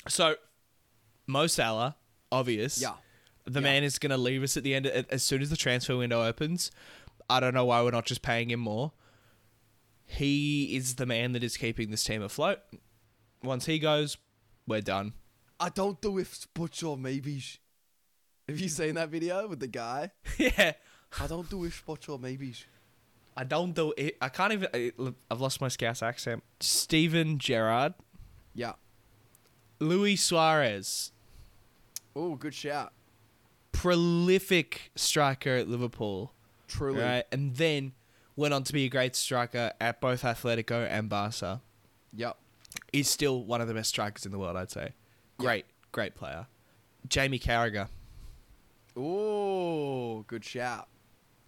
C: so Mo Salah, obvious.
B: Yeah.
C: The
B: Yeah.
C: man is going to leave us at the end a- as soon as the transfer window opens. I don't know why we're not just paying him more. He is the man that is keeping this team afloat. Once he goes, we're done. [laughs]
B: I don't do ifs buts or maybes. Have you seen that video with the guy?
C: yeah.
B: I don't do ifs buts or maybes.
C: I don't do it. I can't even. I- I've lost my Scouse accent. Steven Gerrard,
B: Yeah.
C: Luis Suarez,
B: Oh, good shout.
C: prolific striker at Liverpool,
B: Truly.
C: right? And then went on to be a great striker at both Atletico and Barca.
B: Yep.
C: Is still one of the best strikers in the world, I'd say. Great, great player. Jamie Carragher.
B: Oh, good shout.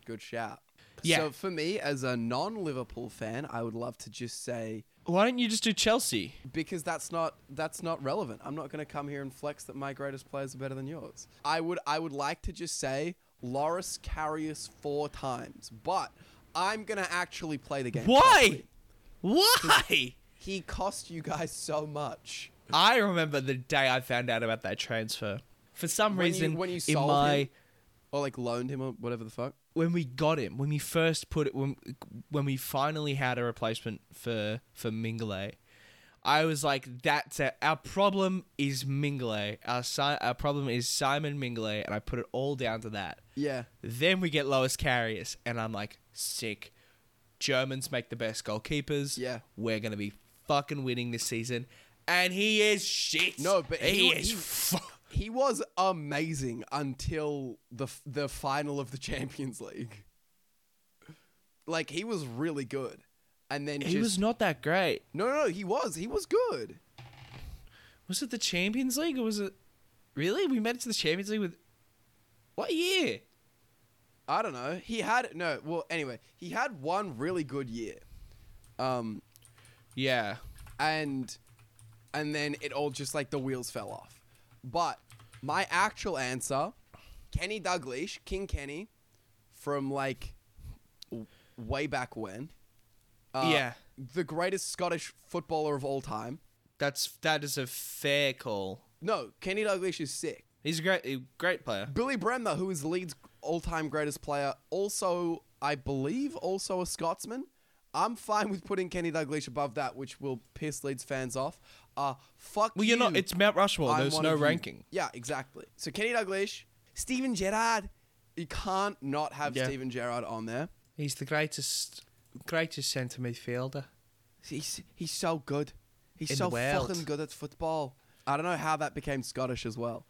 B: Good shout.
C: Yeah.
B: So for me, as a non-Liverpool fan, I would love to just say
C: Why don't you just do Chelsea?
B: because that's not that's not relevant. I'm not going to come here and flex that my greatest players are better than yours. I would I would like to just say Loris Karius four times, but I'm going to actually play the game.
C: Why?
B: properly.
C: Why?
B: He cost you guys so much.
C: I remember the day I found out about that transfer. For some
B: When you-
C: reason,
B: when you
C: in
B: sold
C: my
B: him? Or like loaned him or whatever the fuck.
C: when we got him, when we first put it, when when we finally had a replacement for for Mingley, I was like, that's it. Our problem is Mingley. Our si- our problem is Simon Mingley, and I put it all down to that.
B: Yeah.
C: Then we get Lois Carius, and I'm like, sick. Germans make the best goalkeepers.
B: Yeah.
C: we're gonna be fucking winning this season, and he is shit.
B: No, but he-
C: he, is. [laughs]
B: he-
C: fu-
B: He was amazing until the f- the final of the [laughs] Champions League. Like he was really good, and then
C: he
B: just,
C: was not that great.
B: no, no, no, he was he was good.
C: Was it the Champions League or was it really? We made it to the Champions League with what year?
B: I don't know. He had no. Well, anyway, he had one really good year, um,
C: Yeah,
B: and and then it all just like the wheels fell off. But my actual answer, Kenny Dalglish, King Kenny, from like w- way back when. Uh,
C: Yeah.
B: the greatest Scottish footballer of all time.
C: that's that is a fair call.
B: No, Kenny Dalglish is sick.
C: He's a great, a great player.
B: Billy Bremner, who is Leeds' all-time greatest player, also I believe also a Scotsman. I'm fine with putting Kenny Dalglish above that, which will piss Leeds fans off. Uh fuck.
C: Well, you're not.
B: you.
C: It's Mount Rushmore.
B: I'm
C: There's
B: one
C: no
B: of you.
C: ranking.
B: Yeah, exactly. So Kenny Dalglish, Steven Gerrard. You can't not have
C: Yeah.
B: Steven Gerrard on there.
C: He's the greatest, greatest centre midfielder.
B: He's he's so good. He's
C: In
B: so
C: the world.
B: fucking good at football. I don't know how that became Scottish as well.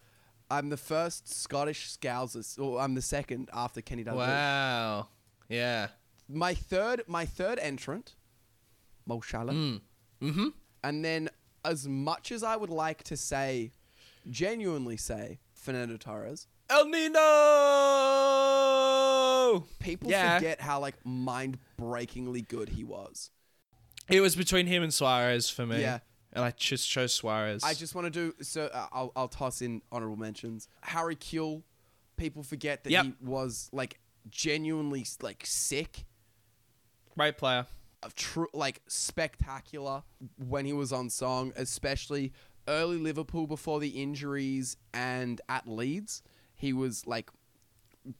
B: I'm the first Scottish Scousers, or I'm the second after Kenny Dalglish.
C: Wow. Yeah.
B: my third my third entrant, Mo Salah.
C: Mhm.
B: And then as much as I would like to say, genuinely say, Fernando Torres,
C: El Nino.
B: people
C: Yeah.
B: forget how like mind breakingly good he was.
C: It was between him and Suarez for me.
B: Yeah.
C: And I just chose Suarez.
B: I just want to do so. Uh, I'll, I'll toss in honorable mentions. Harry Kuehl. People forget that
C: Yep.
B: he was like genuinely like sick
C: great player.
B: of true like spectacular when he was on song, especially early Liverpool before the injuries and at Leeds, he was like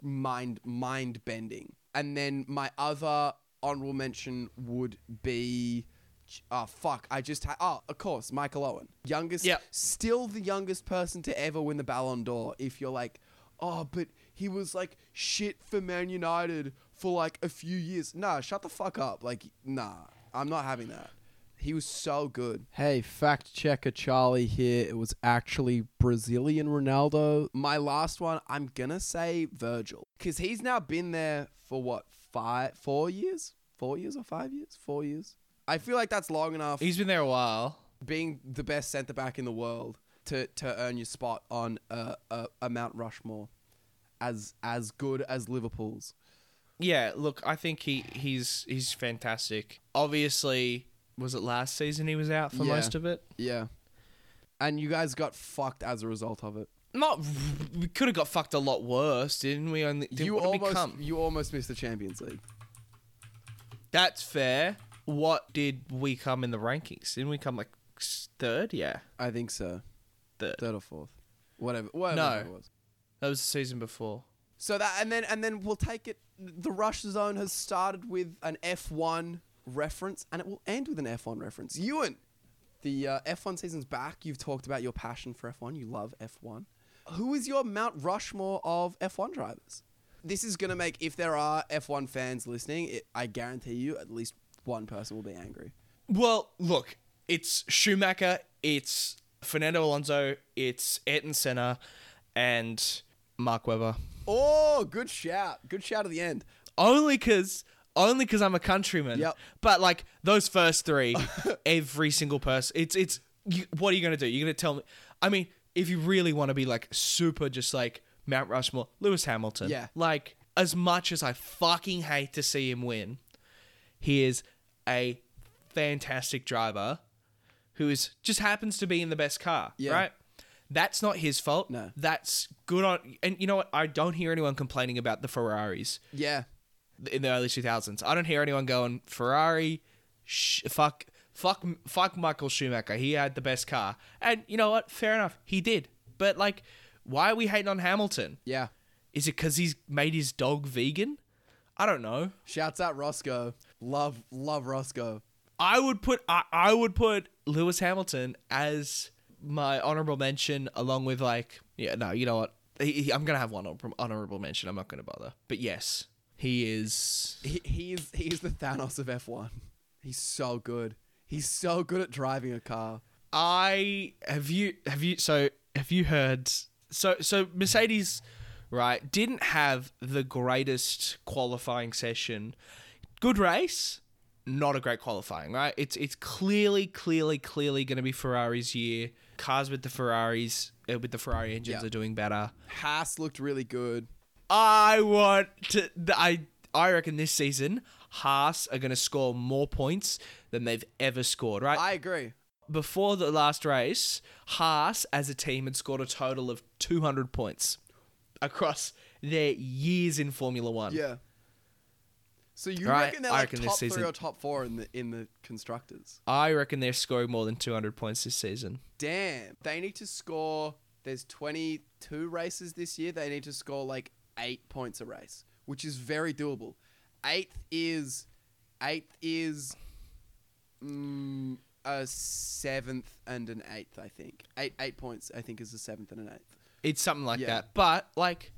B: mind mind bending. And then my other honorable mention would be Ch- Oh fuck! I just ha- oh, of course, Michael Owen, youngest,
C: Yep.
B: still the youngest person to ever win the Ballon d'Or. If you're like, oh, but he was like shit for Man United for like a few years. Nah, shut the fuck up. Like, nah, I'm not having that. He was so good. Hey, fact checker Charlie here. It was actually Brazilian Ronaldo. My last one, I'm gonna say Virgil, because he's now been there for what five, four years, four years or five years, four years. I feel like that's long enough.
C: He's been there a while.
B: being the best centre back in the world to, to earn your spot on a, a, a Mount Rushmore, as as good as Liverpool's.
C: Yeah, look, I think he he's he's fantastic. Obviously, was it last season he was out for
B: Yeah.
C: most of it?
B: Yeah, and you guys got fucked as a result of it.
C: Not we could have got fucked a lot worse, didn't we? Only didn't,
B: you
C: what did we
B: almost
C: come?
B: you almost missed the Champions League.
C: That's fair. What did we come in the rankings? Didn't we come like s- third? Yeah,
B: I think so.
C: third.
B: Third or fourth, whatever. Whatever
C: No.
B: it was.
C: That was the season before.
B: So that and then and then we'll take it. The rush zone has started with an F one reference, and it will end with an F one reference. Ewan, the uh, F one season's back. You've talked about your passion for F one. You love F one. Who is your Mount Rushmore of F one drivers? This is gonna make if there are F one fans listening, it, I guarantee you at least one person will be angry.
C: Well, look, it's Schumacher, it's Fernando Alonso, it's Ayrton Senna, and Mark Webber.
B: Oh, good shout! Good shout at the end.
C: Only because only because I'm a countryman.
B: Yep.
C: But like those
B: [laughs]
C: first three, every single person. It's it's. You, what are you gonna do? You're gonna tell me? I mean, if you really want to be like super, just like Mount Rushmore, Lewis Hamilton.
B: Yeah.
C: Like as much as I fucking hate to see him win, he is a fantastic driver who is just happens to be in the best car,
B: Yeah.
C: right? That's not his fault.
B: No.
C: That's good on and you know what? I don't hear anyone complaining about the Ferraris
B: Yeah,
C: in the early 2000s. I don't hear anyone going Ferrari sh- fuck fuck fuck Michael Schumacher. He had the best car. And you know what? Fair enough. He did. But like why are we hating on Hamilton?
B: yeah.
C: Is it cuz he's made his dog vegan? I don't know.
B: Shouts out Roscoe. Love, love Roscoe.
C: I would put I, I would put Lewis Hamilton as my honorable mention, along with like yeah no you know what he, he- I'm gonna have one honor- honorable mention. I'm not gonna bother. But yes, he is.
B: he, he is he is the Thanos of F one. He's so good. He's so good at driving a car.
C: I have you have you so have you heard so so Mercedes right didn't have the greatest qualifying session. Good race, not a great qualifying, right? It's it's clearly clearly clearly going to be Ferrari's year. Cars with the Ferraris uh, with the Ferrari engines
B: Yeah.
C: are doing better.
B: Haas looked really good.
C: I want to I I reckon this season Haas are going to score more points than they've ever scored, right?
B: I agree.
C: before the last race, Haas as a team had scored a total of 200 points across their years in Formula One.
B: Yeah. So you
C: Right,
B: reckon they're
C: I
B: like
C: reckon this
B: top three
C: season-
B: or top four in the in the constructors?
C: I reckon they're scoring more than 200 points this season.
B: Damn. They need to score. There's 22 races this year. They need to score like eight points a race, which is very doable. Eighth is, eighth is, mm, a seventh and an eighth. I think eight eight points. I think is a seventh and an eighth.
C: It's something like
B: Yeah.
C: that. But like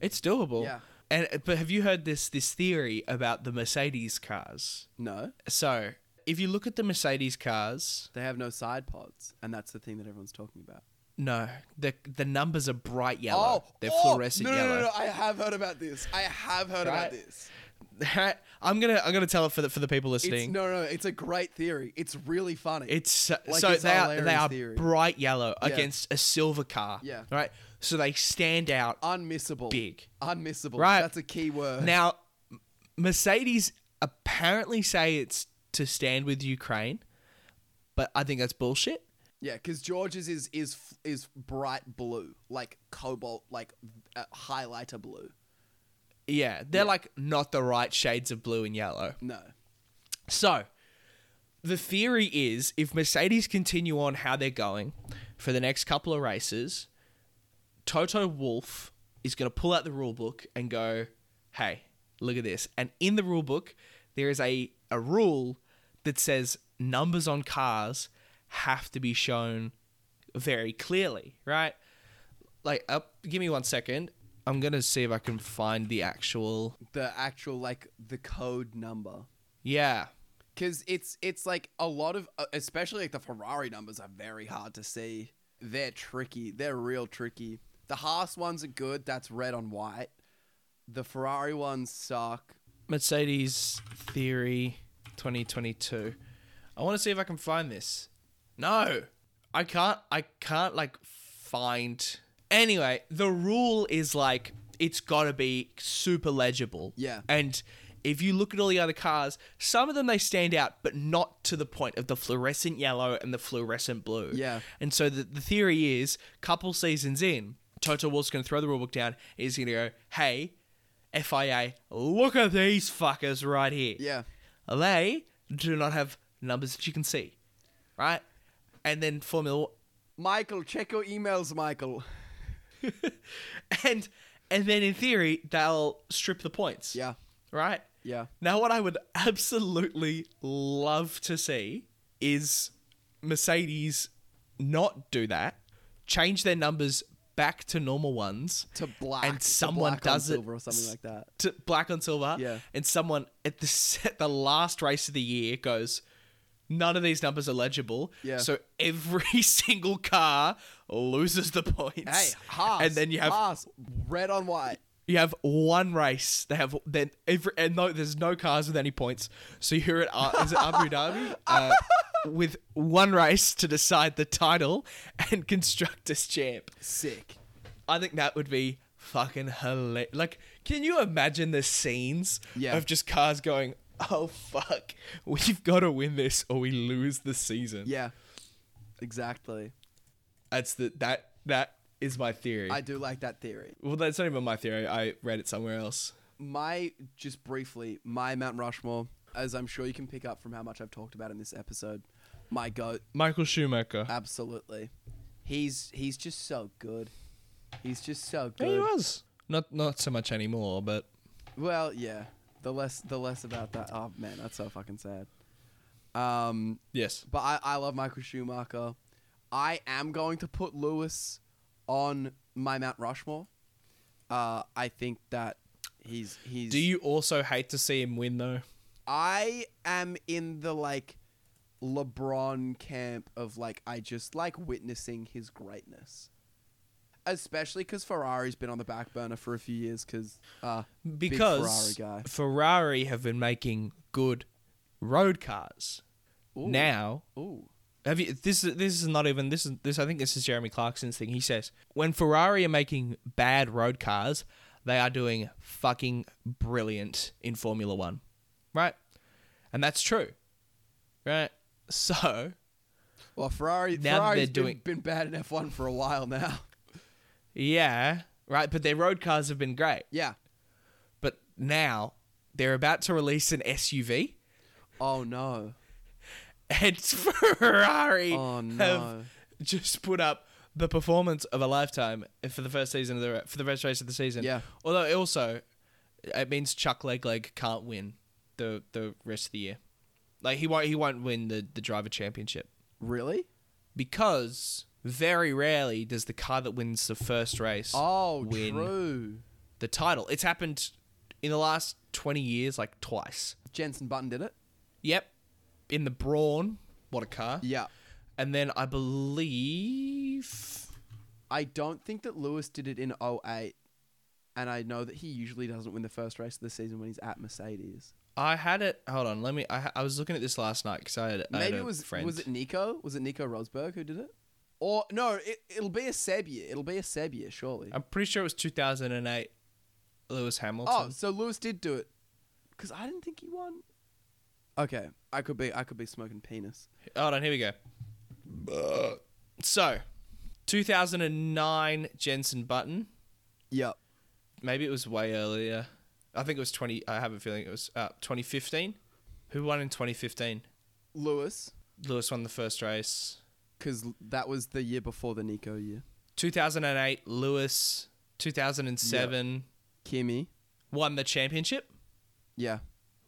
C: it's doable.
B: Yeah.
C: And uh, but have you heard this this theory about the Mercedes cars?
B: No,
C: So, if you look at the Mercedes cars,
B: they have no side pods, and that's the thing that everyone's talking about.
C: no, the the numbers are bright yellow. They're fluorescent
B: Oh, no, no,
C: yellow.
B: No, no, I have heard about this. I have heard about
C: Right.
B: this.
C: [laughs] I'm going to I'm going to tell it for the for the people listening.
B: It's, no, no, it's a great theory. It's really funny.
C: It's so,
B: Like
C: so
B: it's
C: they are,
B: O'Leary's
C: they are
B: theory.
C: bright yellow
B: Yeah.
C: against a silver car.
B: Yeah. Uh,
C: Right. So they stand out.
B: unmissable.
C: Big.
B: Unmissable.
C: Right.
B: That's a key word.
C: Now, M- Mercedes apparently say it's to stand with Ukraine, but I think that's bullshit.
B: yeah, because George's is is is bright blue, like cobalt, like uh, highlighter blue.
C: Yeah, they're like not the right shades of blue and yellow.
B: No.
C: So, the theory is if Mercedes continue on how they're going for the next couple of races, Toto Wolf is going to pull out the rule book and go, hey, look at this. And in the rule book, there is a, a rule that says numbers on cars have to be shown very clearly, right? Like, up, give me one second. I'm gonna see if I can find the actual.
B: The actual like the code number.
C: Yeah,
B: Because it's it's like a lot of, uh, especially like the Ferrari numbers are very hard to see. They're tricky. They're real tricky. The Haas ones are good. That's red on white. The Ferrari ones suck.
C: Mercedes Theory 2022. I want to see if I can find this. No, I can't. I can't like find. Anyway, the rule is like it's got to be super legible.
B: Yeah.
C: And if you look at all the other cars, some of them they stand out, but not to the point of the fluorescent yellow and the fluorescent blue.
B: Yeah.
C: And so the, the theory is, couple seasons in, Toto Wolff's going to throw the rulebook down. He's going to go, hey, FIA, look at these fuckers right here.
B: Yeah.
C: They do not have numbers that you can see, right? And then Formula
B: Michael, check your emails, Michael.
C: [laughs] and and then in theory they'll strip the points.
B: Yeah.
C: Right?
B: Yeah.
C: Now what I would [laughs] absolutely love to see is Mercedes not do that, change their numbers back to normal ones
B: To black.
C: and
B: to
C: someone
B: black on
C: does it
B: silver or something
C: s-
B: like that.
C: to black on silver.
B: Yeah.
C: And someone at the [laughs] s- at the last race of the year goes, none of these numbers are legible.
B: Yeah.
C: So every [laughs] single car loses the
B: Hey,
C: points.
B: Haas.
C: And then you have
B: Haas, red on white.
C: you have one race. They have then every and no, there's no cars with any points. So you're at uh, is it Abu Dhabi
B: [laughs]
C: uh, with one race to decide the title and constructors champ.
B: Sick.
C: I think that would be fucking hilarious. Like, can you imagine the scenes
B: Yeah.
C: of just cars going, "Oh fuck, we've got to win this or we lose the season."
B: Yeah. Exactly.
C: that's the that that is my theory.
B: I do like that theory.
C: well, that's not even my theory. I read it somewhere else.
B: my just briefly my Mount Rushmore, as I'm sure you can pick up from how much I've talked about in this episode. My goat,
C: Michael Schumacher.
B: absolutely. He's he's just so good. He's just so
C: Yeah, he
B: good.
C: was not not so much anymore, but
B: Well, yeah. The less the less about that. Oh man, that's so fucking sad. Um,
C: yes,
B: but I, I love Michael Schumacher. I am going to put Lewis on my Mount Rushmore. Uh, I think that he's he's.
C: do you also hate to see him win though?
B: I am in the like LeBron camp of like I just like witnessing his greatness. Especially because Ferrari's been on the back burner for a few years because uh, big
C: Because
B: Ferrari guy.
C: Ferrari have been making good road cars.
B: Ooh.
C: Now
B: Ooh,
C: Have you? This is this is not even this is this. I think this is Jeremy Clarkson's thing. He says when Ferrari are making bad road cars, they are doing fucking brilliant in Formula One, right? And that's true, right? [laughs] So
B: well Ferrari
C: Now that
B: Ferrari's
C: they're
B: been,
C: doing-
B: been bad in F one for a while now. [laughs]
C: yeah, right. But their road cars have been great.
B: Yeah.
C: But now they're about to release an SUV,
B: Oh no.
C: and [laughs] Ferrari
B: Oh, no.
C: have just put up the performance of a lifetime for the first season of the for the first race of the season.
B: Yeah.
C: Although it also it means Chuck Leg Leg can't win the the rest of the year. Like he won't he won't win the the driver championship
B: Really?
C: because very rarely does the car that wins the first race
B: Oh,
C: win
B: true.
C: the title. It's happened in the last 20 years like twice.
B: Jensen Button did it.
C: Yep. In the Brawn, what a car.
B: Yeah.
C: And then I believe
B: I don't think that Lewis did it in 08. And I know that he usually doesn't win the first race of the season when he's at Mercedes.
C: I had it. Hold on, let me. I, ha- I was looking at this last night because I had. I had
B: Maybe
C: a
B: it was
C: friend.
B: was it Nico? Was it Nico Rosberg who did it? Or no, it, it'll be a Seb year. It'll be a Seb year, surely.
C: I'm pretty sure it was 2008. Lewis Hamilton.
B: Oh, so Lewis did do it, because I didn't think he won. Okay, I could be I could be smoking penis.
C: Hold on, here we go. So, 2009 Jensen Button.
B: Yep.
C: Maybe it was way earlier. I think it was 20. I have a feeling it was uh, 2015. Who won in 2015?
B: Lewis,
C: Lewis won the first race.
B: because that was the year before the Nico year.
C: 2008 Lewis. 2007
B: Kimi,
C: won the championship.
B: yeah,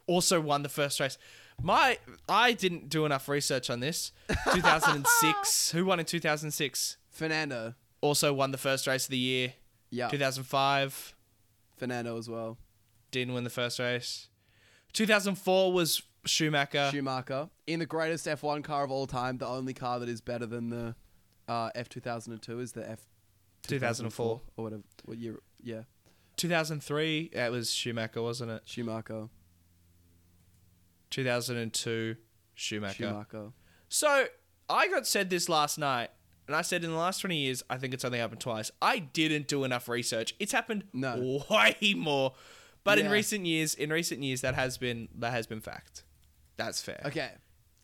C: also won the first race. My I didn't do enough research on this. 2006. who won in 2006?
B: Fernando.
C: Also won the first race of the year.
B: Yeah.
C: 2005
B: Fernando as well.
C: didn't win the first race. 2004 was Schumacher.
B: Schumacher in the greatest F1 car of all time. The only car that is better than the uh, F2002 is the F
C: 2004.
B: or whatever. What year? Yeah,
C: 2003 it was Schumacher, wasn't it?
B: Schumacher.
C: 2002 Schumacher.
B: Schumacher.
C: So I got said this last night, and I said in the last 20 years, I think it's only happened twice. I didn't do enough research. It's happened
B: No.
C: way more. But in
B: Yeah.
C: recent years, in recent years, that has been that has been fact. That's fair.
B: Okay,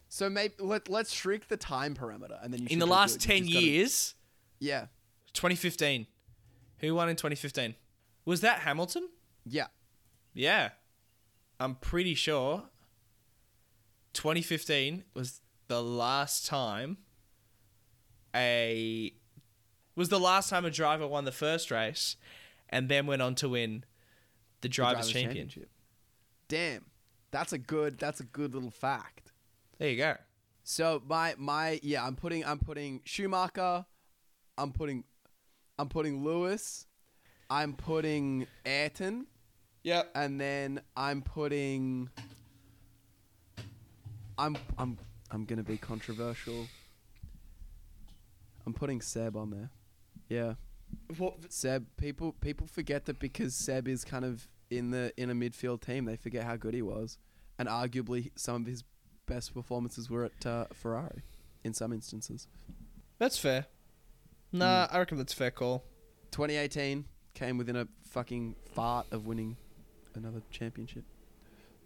B: so maybe let let's shrink the time parameter and then you
C: In
B: should
C: the
B: be
C: last
B: good. You
C: 10
B: just gotta-
C: years,
B: Yeah,
C: 2015. Who won in 2015? Was that Hamilton?
B: yeah.
C: Yeah. I'm pretty sure 2015 was the last time a was the last time a driver won the first race and then went on to win the drivers,
B: Drivers'
C: champion.
B: Damn, that's a good that's a good little fact.
C: There you go.
B: So my my yeah, I'm putting I'm putting Schumacher, I'm putting I'm putting Lewis, I'm putting Ayrton,
C: Yep.
B: and then I'm putting I'm I'm I'm gonna be controversial. I'm putting Seb on there. Yeah. Seb people people forget that because Seb is kind of in the in a midfield team, they forget how good he was. And arguably some of his best performances were at uh, Ferrari in some instances.
C: That's fair. Nah, I reckon that's a fair call.
B: 2018 came within a fucking fart of winning another championship.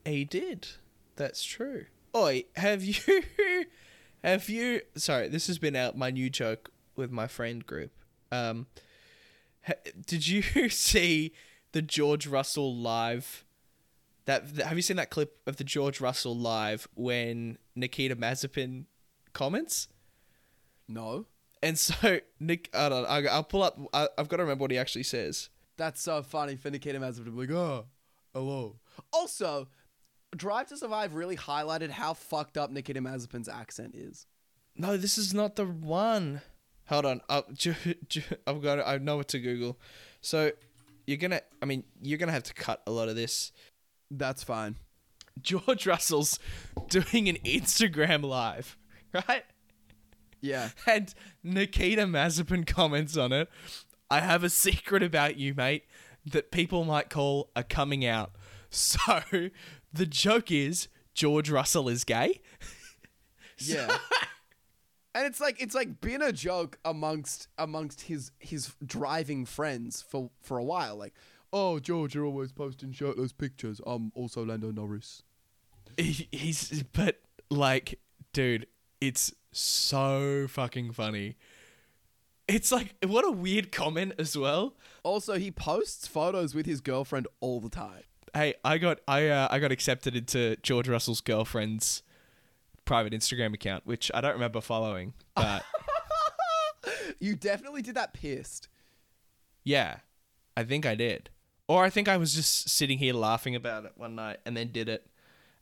C: He did. That's true. Oi, have you [laughs] have you sorry, this has been out my new joke with my friend group. Um ha, did you [laughs] see the George Russell live that th- have you seen that clip of the George Russell live when Nikita Mazepin comments?
B: No.
C: And so Nick I don't know, I, I'll pull up I, I've got to remember what he actually says.
B: That's so funny for Nikita Mazepin to be like, oh, hello. Also, Drive to Survive really highlighted how fucked up Nikita Mazepin's accent is.
C: No, this is not the one. Hold on. Uh, ju- ju- I've got. I know what to Google. So you're gonna. I mean, you're gonna have to cut a lot of this. [laughs]
B: That's fine.
C: George Russell's doing an Instagram live, [laughs] right?
B: Yeah.
C: And Nikita Mazepin comments on it. I have a secret about you, mate, that people might call a coming out. [laughs] So the joke is George Russell is gay.
B: Yeah. and it's like it's like been a joke amongst amongst his his driving friends for for a while. Like, oh George, you're always posting shirtless pictures. I'm also Lando Norris.
C: He- he's but like dude it's so fucking funny it's like what a weird comment as well
B: Also, he posts photos with his girlfriend all the time.
C: hey i got i uh, i got accepted into george russell's girlfriend's private instagram account which i don't remember following but
B: You definitely did that pissed.
C: yeah i think i did or i think i was just sitting here laughing about it one night and then did it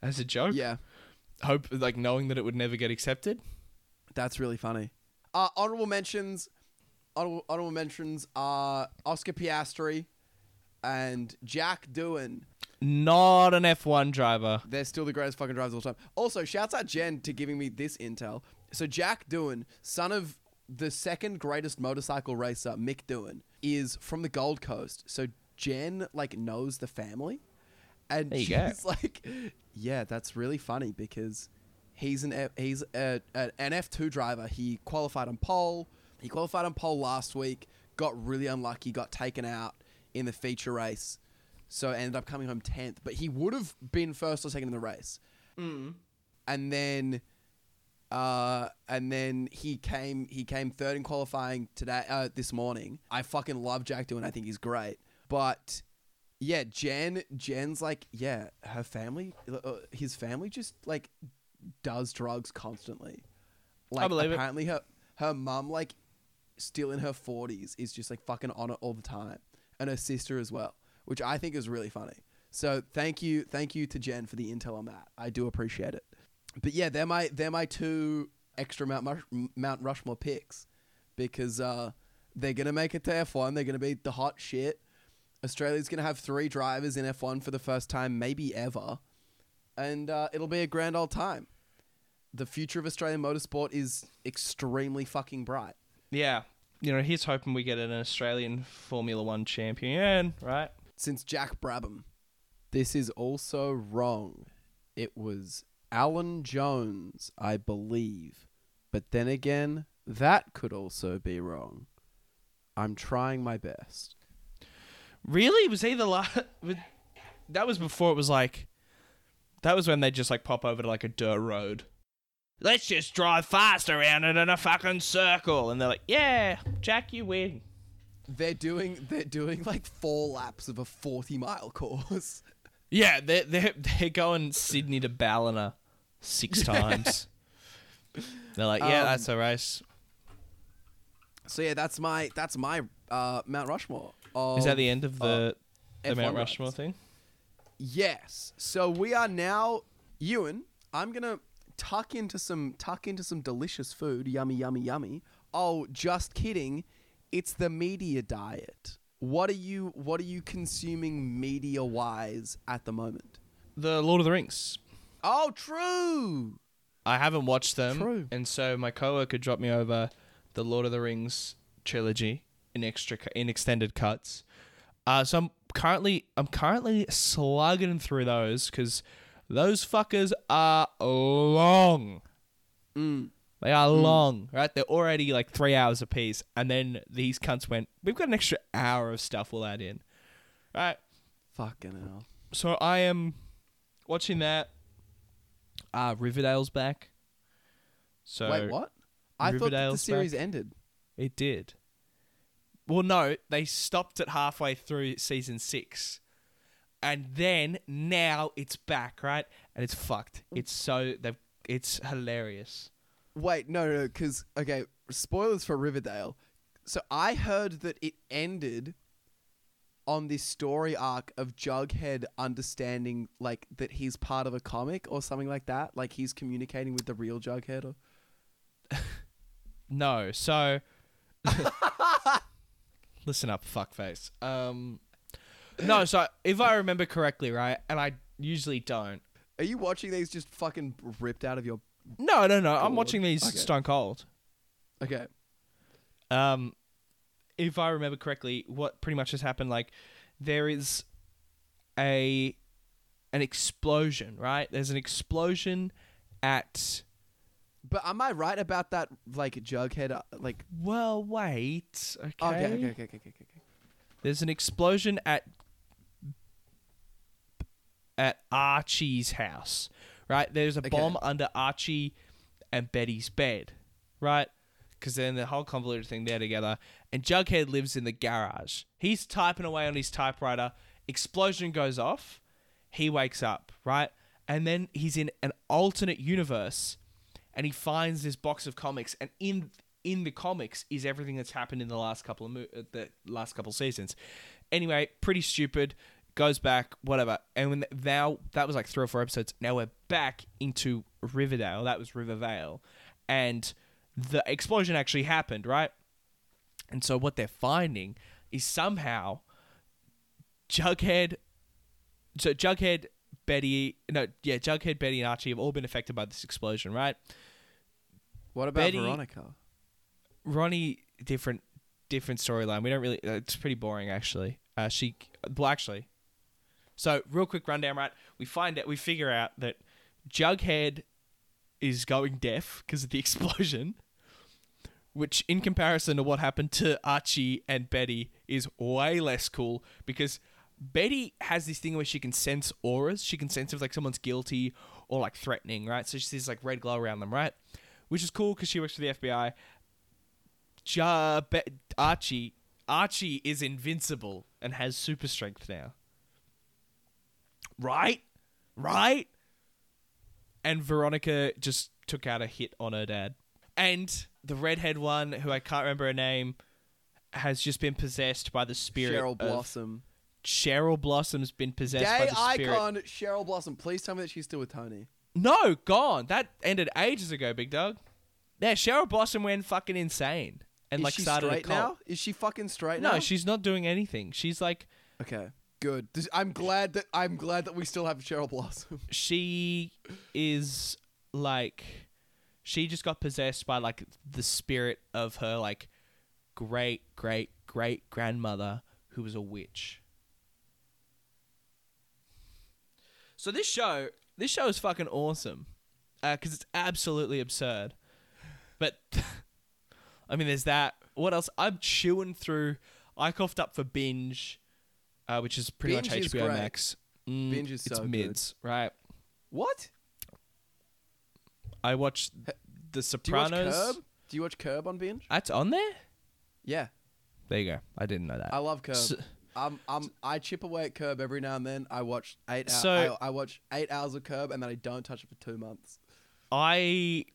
C: as a joke
B: Yeah.
C: hope like knowing that it would never get accepted
B: That's really funny. Uh, honorable mentions. Honorable, honorable mentions are Oscar Piastri and Jack Doohan.
C: not an f1 driver
B: They're still the greatest fucking drivers of all time. Also, shouts out Jen to giving me this intel. So Jack Doohan, son of the second greatest motorcycle racer, Mick Doohan, is from the Gold Coast. So Jen like knows the family, and
C: There you go.
B: [laughs] she's like, "Yeah, that's really funny because he's an F- he's a, a, an F two driver. He qualified on pole. He qualified on pole last week. Got really unlucky. Got taken out in the feature race." so ended up coming home 10th but he would have been first or second in the race and then uh and then he came he came third in qualifying today uh this morning i fucking love jack doing i think he's great but yeah jen jen's like yeah her family uh, his family just like does drugs constantly like
C: believe it.
B: apparently her her mum like still in her 40s is just like fucking on it all the time and her sister as well which i think is really funny so thank you thank you to jen for the intel on that i do appreciate it but yeah, they're my they're my two extra Mount Mush- Mount Rushmore picks because uh, they're gonna make it to F one. They're gonna be the hot shit. Australia's gonna have three drivers in F one for the first time, maybe ever, and uh, it'll be a grand old time. The future of Australian motorsport is extremely fucking bright.
C: Yeah. You know, he's hoping we get an Australian Formula One champion, right?
B: since Jack Brabham. This is also wrong. It was Alan Jones, I believe. But then again, that could also be wrong. I'm trying my best.
C: Really? [laughs] Was he the last? That was before it was like. That was when they just like pop over to like a dirt road. Let's just drive fast around it in a fucking circle, and they're like, "Yeah, Jack, you win."
B: They're doing they're doing like four laps of a 40 mile course. [laughs]
C: Yeah, they're they're they're going Sydney to Ballina
B: [laughs]
C: six times. They're like, "Yeah,
B: Um,
C: that's a race."
B: So yeah, that's my that's my uh, Mount Rushmore. Of,
C: Is that the end of the the
B: F1
C: Mount
B: rides.
C: Rushmore thing?
B: Yes. So we are now, Ewan. I'm gonna tuck into some tuck into some delicious food. Yummy, yummy, yummy. Oh, just kidding. It's the media diet. What are you What are you consuming media wise at the moment?
C: The Lord of the Rings.
B: Oh, true.
C: I haven't watched them,
B: True.
C: and so my coworker dropped me over the Lord of the Rings trilogy in extra cu- in extended cuts. Uh, so I'm currently I'm currently slugging through those because those fuckers are long.
B: Mm.
C: They are long, right? They're already like three hours apiece, and then these cunts went. We've got an extra hour of stuff we'll add in, right?
B: Fucking hell.
C: So I am watching that. Uh, Riverdale's back. So
B: Wait, what? I thought that the
C: Riverdale's
B: series ended.
C: It did. Well, no, they stopped it halfway through season six, and then now it's back, right? And it's fucked. It's so they've. It's hilarious.
B: Wait, no, no, because okay, spoilers for Riverdale. So I heard that it ended on this story arc of Jughead understanding like that he's part of a comic or something like that. Like he's communicating with the real Jughead. Or...
C: No,
B: [laughs]
C: so listen up, fuckface. Um, no, so if I remember correctly, right, and I usually don't.
B: Are you watching these just fucking ripped out of your?
C: No, no, no. I'm
B: Cold.
C: watching these
B: Okay.
C: Stone Cold.
B: Okay.
C: um, if I remember correctly, what pretty much has happened, like there is a an explosion, right? There's an explosion at
B: But am I right about that? Like Jughead, uh, like
C: well, wait, okay.
B: okay, okay, okay, okay, okay, okay. okay.
C: There's an explosion at at Archie's house, right? There's a
B: Okay.
C: bomb under Archie and Betty's bed, right? Because they're in the whole convoluted thing there together. And Jughead lives in the garage. He's typing away on his typewriter. Explosion goes off. He wakes up, right? And then he's in an alternate universe, and he finds this box of comics. And in in the comics is everything that's happened in the last couple of mo- uh, the last couple seasons. Anyway, pretty stupid. Goes back, whatever. And when now that was like three or four episodes. Now we're back into Riverdale. That was Rivervale, and the explosion actually happened, right? And so what they're finding is somehow Jughead so Jughead, Betty, no, yeah, Jughead, Betty, and Archie have all been affected by this explosion, right?
B: What about
C: Betty-
B: Veronica?
C: Ronnie, different, different storyline. We don't really. uh, It's pretty boring, actually. Uh, she, well, actually, so real quick rundown, right? We find out, we figure out that Jughead is going deaf because of the [laughs] explosion, which, in comparison to what happened to Archie and Betty, is way less cool because Betty has this thing where she can sense auras. She can sense if like someone's guilty or like threatening, right? So she sees like red glow around them, right? Which is cool because she works for the FBI. Ja, Be- Archie Archie is invincible and has super strength now. Right? Right? And Veronica just took out a hit on her dad. And the redhead one, who I can't remember her name, has just been possessed by the spirit.
B: Cheryl
C: of-
B: Blossom,
C: Cheryl Blossom's been possessed by
B: gay
C: the spirit.
B: icon Cheryl Blossom. Please tell me that she's still with Tony.
C: No, gone. That ended ages ago, Big Dog. Yeah, Cheryl Blossom went fucking insane and
B: Is
C: like
B: she
C: started a
B: straight
C: cult.
B: now? Is she fucking straight now?
C: No, she's not doing anything. She's like
B: Okay. Good. This- I'm glad that I'm glad that we still have Cheryl Blossom. [laughs]
C: she is like she just got possessed by like the spirit of her like great great great grandmother who was a witch. So this show, this show is fucking awesome because it's absolutely absurd. But [laughs] I mean, there's that. What else? I'm chewing through. I coughed up for binge, uh, which is pretty much
B: Binge is
C: HBO
B: great.
C: Max. Mm,
B: Binge is
C: it's
B: so good.
C: mids, right?
B: What?
C: I watched The
B: Do you watch
C: Sopranos.
B: Curb? Do you watch Curb on binge?
C: That's on there.
B: Yeah,
C: There you go. I didn't know that.
B: I love Curb.
C: So-
B: I'm, I'm, I chip away at Curb every now and then. I watch eight. Hour,
C: So-
B: I, I watch eight hours of Curb and then I don't touch it for two months.
C: I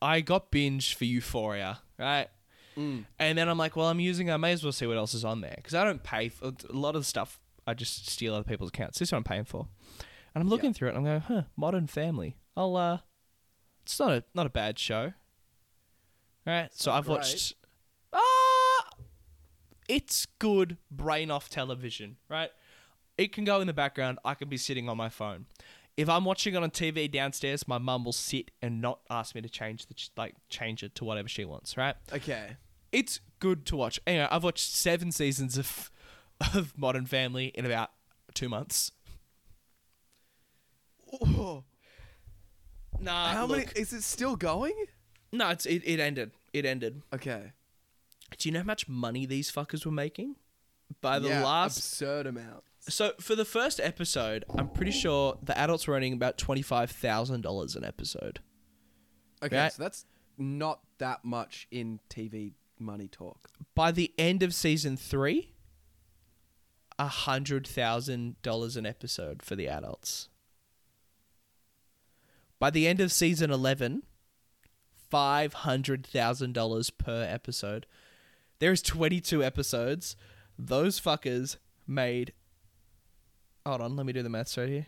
C: I got binge for Euphoria, right?
B: Mm.
C: And then I'm like, well, I'm using. I may as well see what else is on there because I don't pay for a lot of stuff. I just steal other people's accounts. This is what I'm paying for. And I'm looking through it. and I'm going, huh, Modern Family. I'll uh, it's not a not a bad show. Right. so I've
B: great.
C: watched. Ah, it's good brain off television. Right. It can go in the background. I can be sitting on my phone. If I'm watching it on TV downstairs, my mum will sit and not ask me to change the ch- like change it to whatever she wants. Right
B: Okay.
C: it's good to watch. Anyway, I've watched seven seasons of [laughs] of Modern Family in about two months. [sighs] Nah,
B: How many?
C: Uh, look.
B: Is it still going?
C: No, it's it, it ended. It ended.
B: Okay.
C: Do you know how much money these fuckers were making? By the
B: yeah,
C: last
B: absurd amount.
C: So for the first episode, I'm pretty sure the adults were earning about twenty five thousand dollars an episode.
B: Okay,
C: Right.
B: so that's not that much in TV money talk.
C: By the end of season three, hundred thousand dollars an episode for the adults. By the end of season eleven, five hundred thousand dollars per episode. There is twenty two episodes. Those fuckers made. Hold on, let me do the maths right here.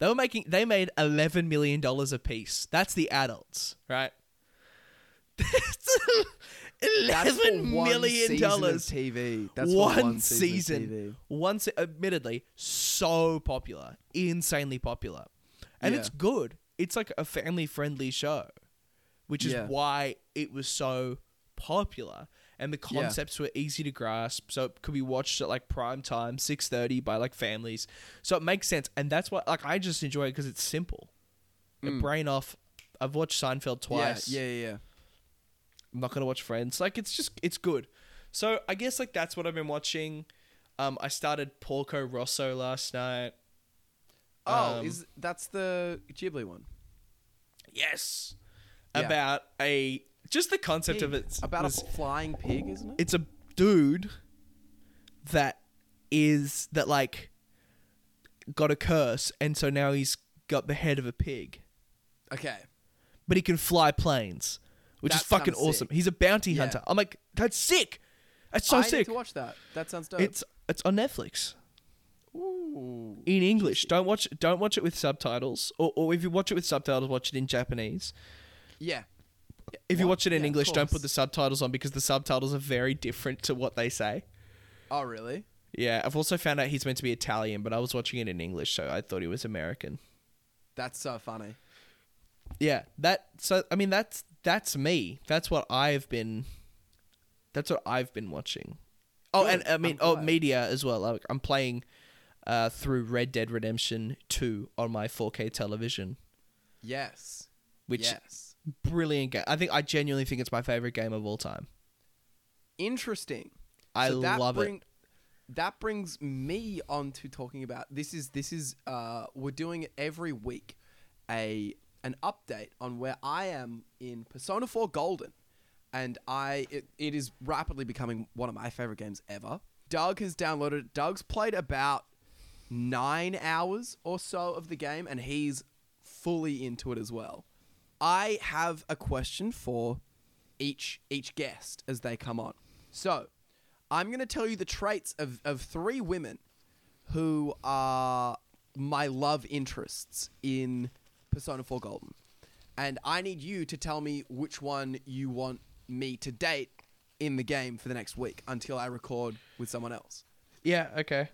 C: They were making. They made eleven million dollars a piece. That's the adults, right? [laughs]
B: That's for
C: Eleven
B: one
C: million
B: season of
C: dollars
B: TV. That's for
C: one,
B: one season.
C: season,
B: of TV.
C: one se- admittedly so popular, insanely popular, and
B: Yeah.
C: it's good. It's like a family-friendly show, which is
B: Yeah.
C: why it was so popular. And the
B: Yeah.
C: concepts were easy to grasp, so it could be watched at like prime time, six thirty by like families. So it makes sense, and that's why like I just enjoy it because it's simple. The brain off. I've watched Seinfeld twice.
B: Mm. Yeah, yeah, yeah. yeah.
C: I'm not gonna watch Friends. Like it's just it's good. So I guess like that's what I've been watching. Um, I started Porco Rosso last night.
B: Oh,
C: Um,
B: is that's the Ghibli one?
C: Yes,
B: Yeah.
C: about a just the concept of
B: Pig.
C: it.
B: about
C: was,
B: a flying pig, isn't it?
C: it's a dude that is that like got a curse, and so now he's got the head of a pig,
B: Okay.
C: but he can fly planes, which is
B: That
C: fucking
B: sounds
C: awesome.
B: sick.
C: He's a bounty
B: Yeah.
C: hunter. I'm like, that's sick. That's so
B: I need
C: sick.
B: to watch that. That sounds dope.
C: It's it's on Netflix.
B: Ooh.
C: in English. Don't watch don't watch it with subtitles, or, or if you watch it with subtitles, watch it in Japanese.
B: Yeah.
C: If you
B: What?
C: watch it in
B: Yeah, of
C: English, don't put
B: course.
C: the subtitles on because the subtitles are very different to what they say.
B: Oh, really?
C: Yeah, I've also found out he's meant to be Italian, but I was watching it in English, so I thought he was American.
B: That's so funny.
C: Yeah, that so I mean that's that's me. That's what I've been that's what I've been watching. Oh, and
B: Good,
C: I
B: I'm
C: mean oh
B: glad.
C: media as well. Like, I'm playing uh, through Red Dead Redemption 2 on my 4K television,
B: Yes.
C: which
B: yes.
C: brilliant game. I think I genuinely think it's my favorite game of all time.
B: Interesting.
C: I love it.
B: it. That brings me on to talking about this is this is uh we're doing it every week a an update on where I am in Persona 4 Golden and I it, it is rapidly becoming one of my favorite games ever. Doug has downloaded it. Doug's played about 9 hours or so of the game and he's fully into it as well. I have a question for each each guest as they come on. So, I'm going to tell you the traits of, of three women who are my love interests in Persona 4 Golden. And I need you to tell me which one you want me to date in the game for the next week until I record with someone else.
C: Yeah. Okay.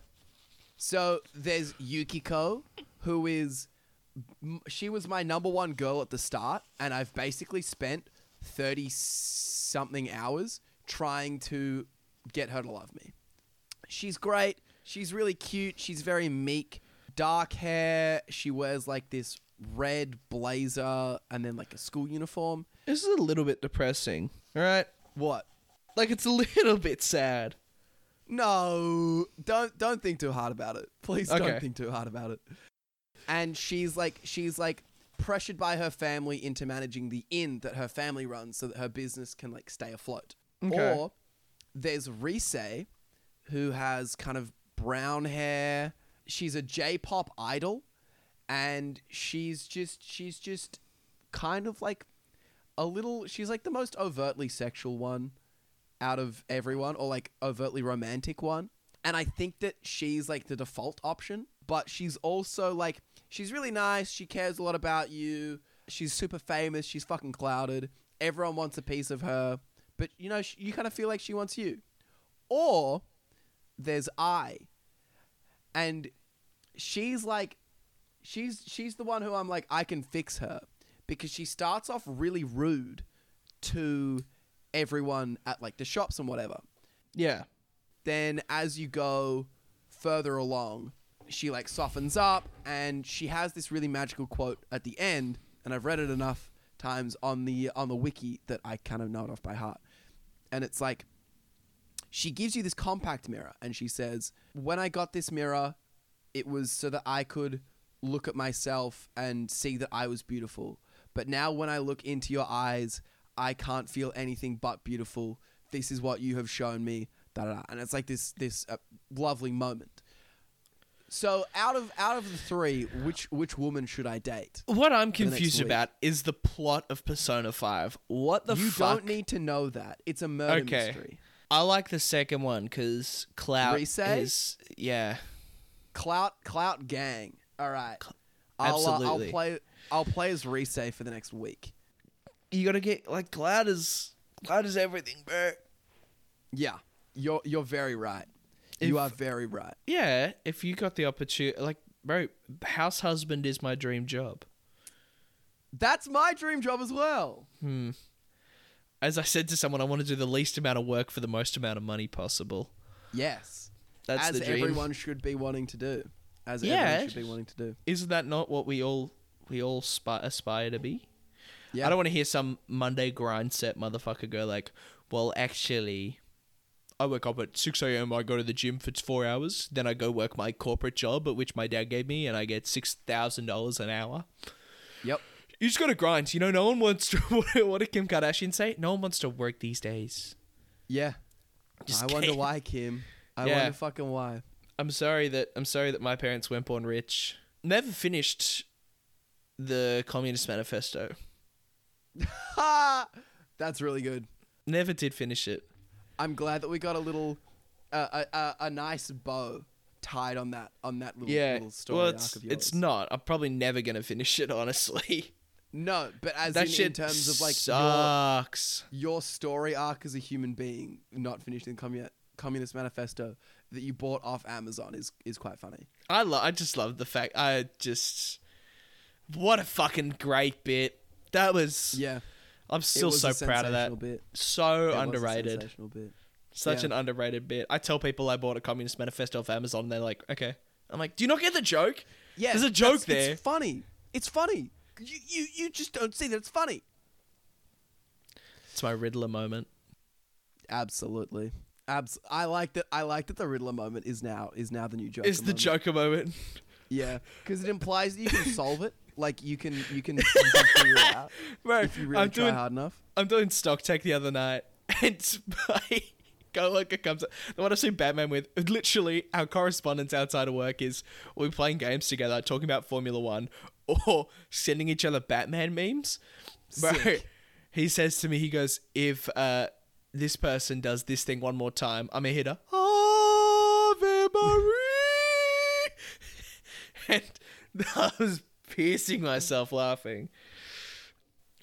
B: So there's Yukiko, who is m- she was my number one girl at the start, and I've basically spent thirty something hours trying to get her to love me. She's great. She's really cute. She's very meek. Dark hair. She wears like this red blazer and then like a school uniform.
C: This is a little bit depressing. All right.
B: What?
C: Like it's a [laughs] little bit sad.
B: No, don't don't think too hard about it. Please
C: Okay.
B: don't think too hard about it. And she's like she's like pressured by her family into managing the inn that her family runs so that her business can like stay afloat.
C: Okay.
B: Or there's Risei, who has kind of brown hair. She's a J-pop idol, and she's just she's just kind of like a little. She's like the most overtly sexual one out of everyone, or like overtly romantic one. And I think that she's like the default option, but she's also like she's really nice. She cares a lot about you. She's super famous. She's fucking clouded. Everyone wants a piece of her, but you know sh- you kind of feel like she wants you. Or there's I, and she's like she's she's the one who I'm like I can fix her because she starts off really rude to everyone at like the shops and whatever.
C: Yeah.
B: Then as you go further along, she like softens up and she has this really magical quote at the end and I've read it enough times on the on the wiki that I kind of know it off by heart. And it's like she gives you this compact mirror and she says, When I got this mirror, it was so that I could look at myself and see that I was beautiful. But now when I look into your eyes, I can't feel anything but beautiful. This is what you have shown me. Da, da, da. And it's like this this uh, lovely moment. So out of out of the three, which which woman should I date?
C: What I'm
B: next
C: confused
B: week.
C: about is the plot of Persona 5. What the
B: you
C: fuck?
B: don't need to know that. It's a murder
C: Okay.
B: mystery.
C: I like the second one because Cloud
B: Resay?
C: is yeah.
B: Clout Clout Gang. All right. I'll, uh, I'll
C: absolutely.
B: play I'll play as Resay for the next week.
C: You gotta get like Cloud is Cloud is everything, bro.
B: Yeah. You're you're very right.
C: If-
B: you are very right.
C: Yeah, if you got the opportunity, like bro, house husband is my dream job.
B: That's my dream job as well.
C: As I said to someone, I want to do the least amount of work for the most amount of money possible.
B: Yes.
C: That's
B: as
C: the dream.
B: everyone should be wanting to do. As
C: Yeah.
B: everyone should be wanting to do.
C: Isn't that not what we all we all spi- aspire to be?
B: Yeah.
C: I don't want to hear some Monday grind set motherfucker go like, "Well, actually, I wake up at six a.m. I go to the gym for four hours, then I go work my corporate job, at which my dad gave me, and I get six thousand dollars an hour."
B: Yep.
C: You just gotta grind. You know, no one wants to. [laughs] What did Kim Kardashian say? No one wants to work these days.
B: Yeah.
C: Just
B: I wonder
C: kidding.
B: why, Kim. I
C: Yeah.
B: wonder fucking why.
C: I'm sorry that I'm sorry that my parents weren't born rich. Never finished the Communist Manifesto.
B: Ha! That's really good.
C: Never did finish it.
B: I'm glad that we got a little, uh, a, a, a nice bow tied on that on that little,
C: Yeah,
B: little story
C: well,
B: arc
C: it's,
B: of yours.
C: it's not. I'm probably never gonna finish it. [laughs] Honestly,
B: no, but as
C: that
B: in,
C: shit
B: in terms of like your,
C: sucks.
B: your story arc as a human being, not finished in Commu- Communist Manifesto that you bought off Amazon is is quite funny.
C: I lo- I just love the fact. I just what a fucking great bit. That was.
B: Yeah,
C: I'm still
B: was
C: so
B: a
C: proud of that.
B: sensational bit.
C: So
B: It was a
C: underrated.
B: sensational bit.
C: Such
B: Yeah.
C: an underrated bit. I tell people I bought a Communist Manifesto off Amazon. and They're like, okay. I'm like, do you not get the joke?
B: Yeah,
C: There's a joke
B: that's-
C: there.
B: It's funny. It's funny. You, you you just don't see that it's funny.
C: It's my Riddler moment.
B: Absolutely. Abs- I like that. I like that the Riddler moment is now is now the new Joker.
C: It's the
B: moment.
C: Joker moment. [laughs]
B: Yeah, because it implies that you can solve it. Like you can you
C: [laughs]
B: can, you can figure it out
C: Bro,
B: if you really
C: I'm
B: try
C: doing
B: hard enough.
C: I'm doing stock take the other night [laughs] and my coworker comes up. The one I've seen Batman with, literally our correspondence outside of work is we're playing games together, talking about Formula One or sending each other Batman memes. Bro,
B: Sick.
C: he says to me, he goes, if uh, this person does this thing one more [laughs] time, I'm a hitter. Ave Marie. went, [laughs] I was piercing myself laughing,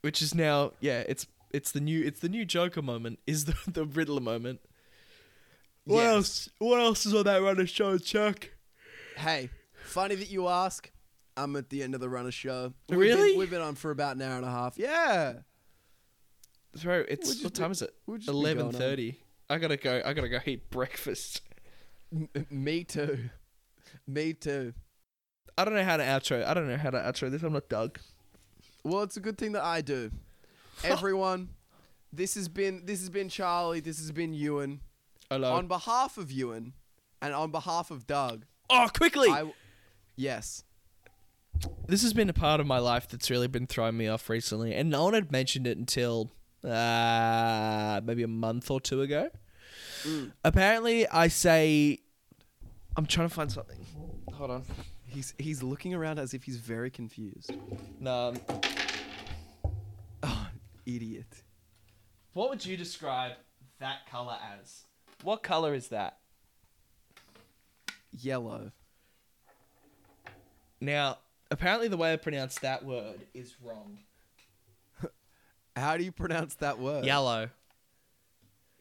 C: which is now yeah, it's it's the new it's the new Joker moment is the [laughs] the Riddler moment. What
B: Yes.
C: else? What else is on that runner show, Chuck?
B: Hey, funny that you ask. I'm at the end of the runner show. We've been-
C: Really?
B: we've been on for about an hour and a half. Yeah.
C: Bro, it's
B: We'll just
C: what
B: be-
C: time is it?
B: we'll just be going on.
C: Eleven thirty. I gotta go. I gotta go eat breakfast.
B: M- me too. Me too.
C: I don't know how to outro. I don't know how to outro this. I'm not Doug.
B: Well, it's a good thing that I
C: [laughs]
B: do. Everyone, this has been this has been Charlie. This has been Ewan.
C: Hello.
B: On behalf of Ewan, and on behalf of Doug,
C: oh, quickly!
B: I w- yes.
C: this has been a part of my life that's really been throwing me off recently, and no one had mentioned it until uh, maybe a month or two ago.
B: Mm.
C: Apparently, I say I'm trying to find something. Hold on.
B: He's he's looking around as if he's very confused.
C: No. um,
B: Oh, idiot.
C: What would you describe that color as? What color is that?
B: Yellow.
C: Now, apparently, the way I pronounce that word is wrong.
B: How do you pronounce that word?
C: Yellow.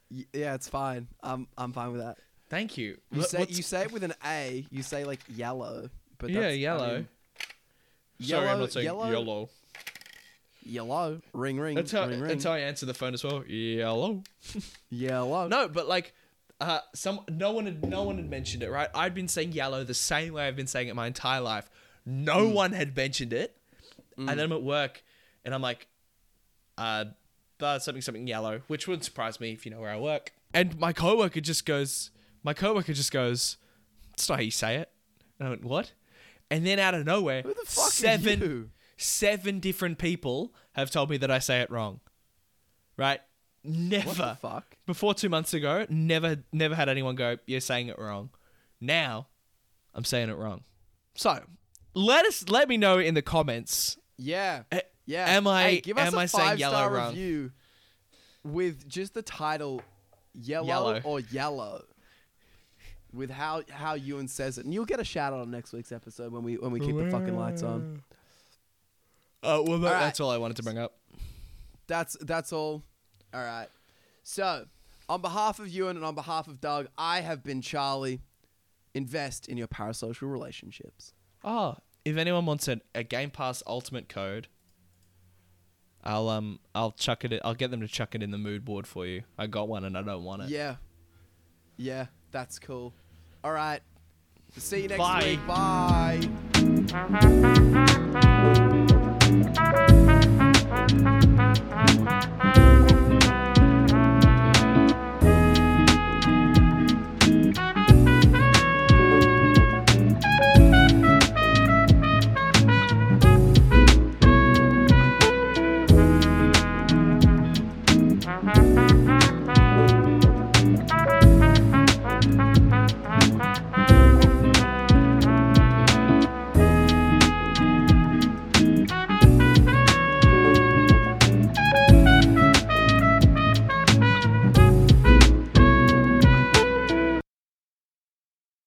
B: Y- yeah, it's fine. I'm I'm fine with that.
C: Thank you.
B: You
C: Wh-
B: say
C: what's-
B: you say it with an A. You say like yellow, but
C: yeah,
B: that's, I
C: yellow.
B: mean,
C: Sorry, I'm
B: yellow-
C: not saying
B: yellow-
C: yellow.
B: yellow. Ring ring.
C: That's how,
B: ring ring.
C: that's how I answer the phone as well. Yellow.
B: yellow.
C: No, but like, uh, some no one had no one had mentioned it. Right? I'd been saying yellow the same way I've been saying it my entire life. No
B: Mm.
C: one had mentioned it, and then I'm at work, and I'm like, uh, uh, something something yellow, which wouldn't surprise me if you know where I work. And my coworker just goes, my coworker just goes, that's not how you say it. And I went, what? And then out of nowhere,
B: Who the fuck are
C: seven
B: you?
C: seven different people have told me that I say it wrong. Right? Never.
B: What the fuck?
C: Before two months ago, never never had anyone go, You're saying it wrong. Now I'm saying it wrong. So let us let me know in the comments.
B: Yeah.
C: Eh,
B: Yeah.
C: am I-
B: Hey, give us
C: am
B: a
C: I saying
B: five-star
C: yellow wrong?
B: review with just the title yellow,
C: Yellow.
B: or yellow with how how Ewan says it, and you'll get a shout out on next week's episode when we when we keep the fucking lights on.
C: Uh, well, that-
B: All right.
C: that's all I wanted to bring up.
B: That's that's all. All right. So, on behalf of Ewan and on behalf of Doug, I have been Charlie. Invest in your parasocial relationships.
C: Oh, if anyone wants a, a Game Pass Ultimate code, I'll um I'll chuck it. I'll get them to chuck it in the mood board for you. I got one and I don't want it.
B: Yeah. Yeah, that's cool. All right. See you next
C: Bye.
B: week. Bye.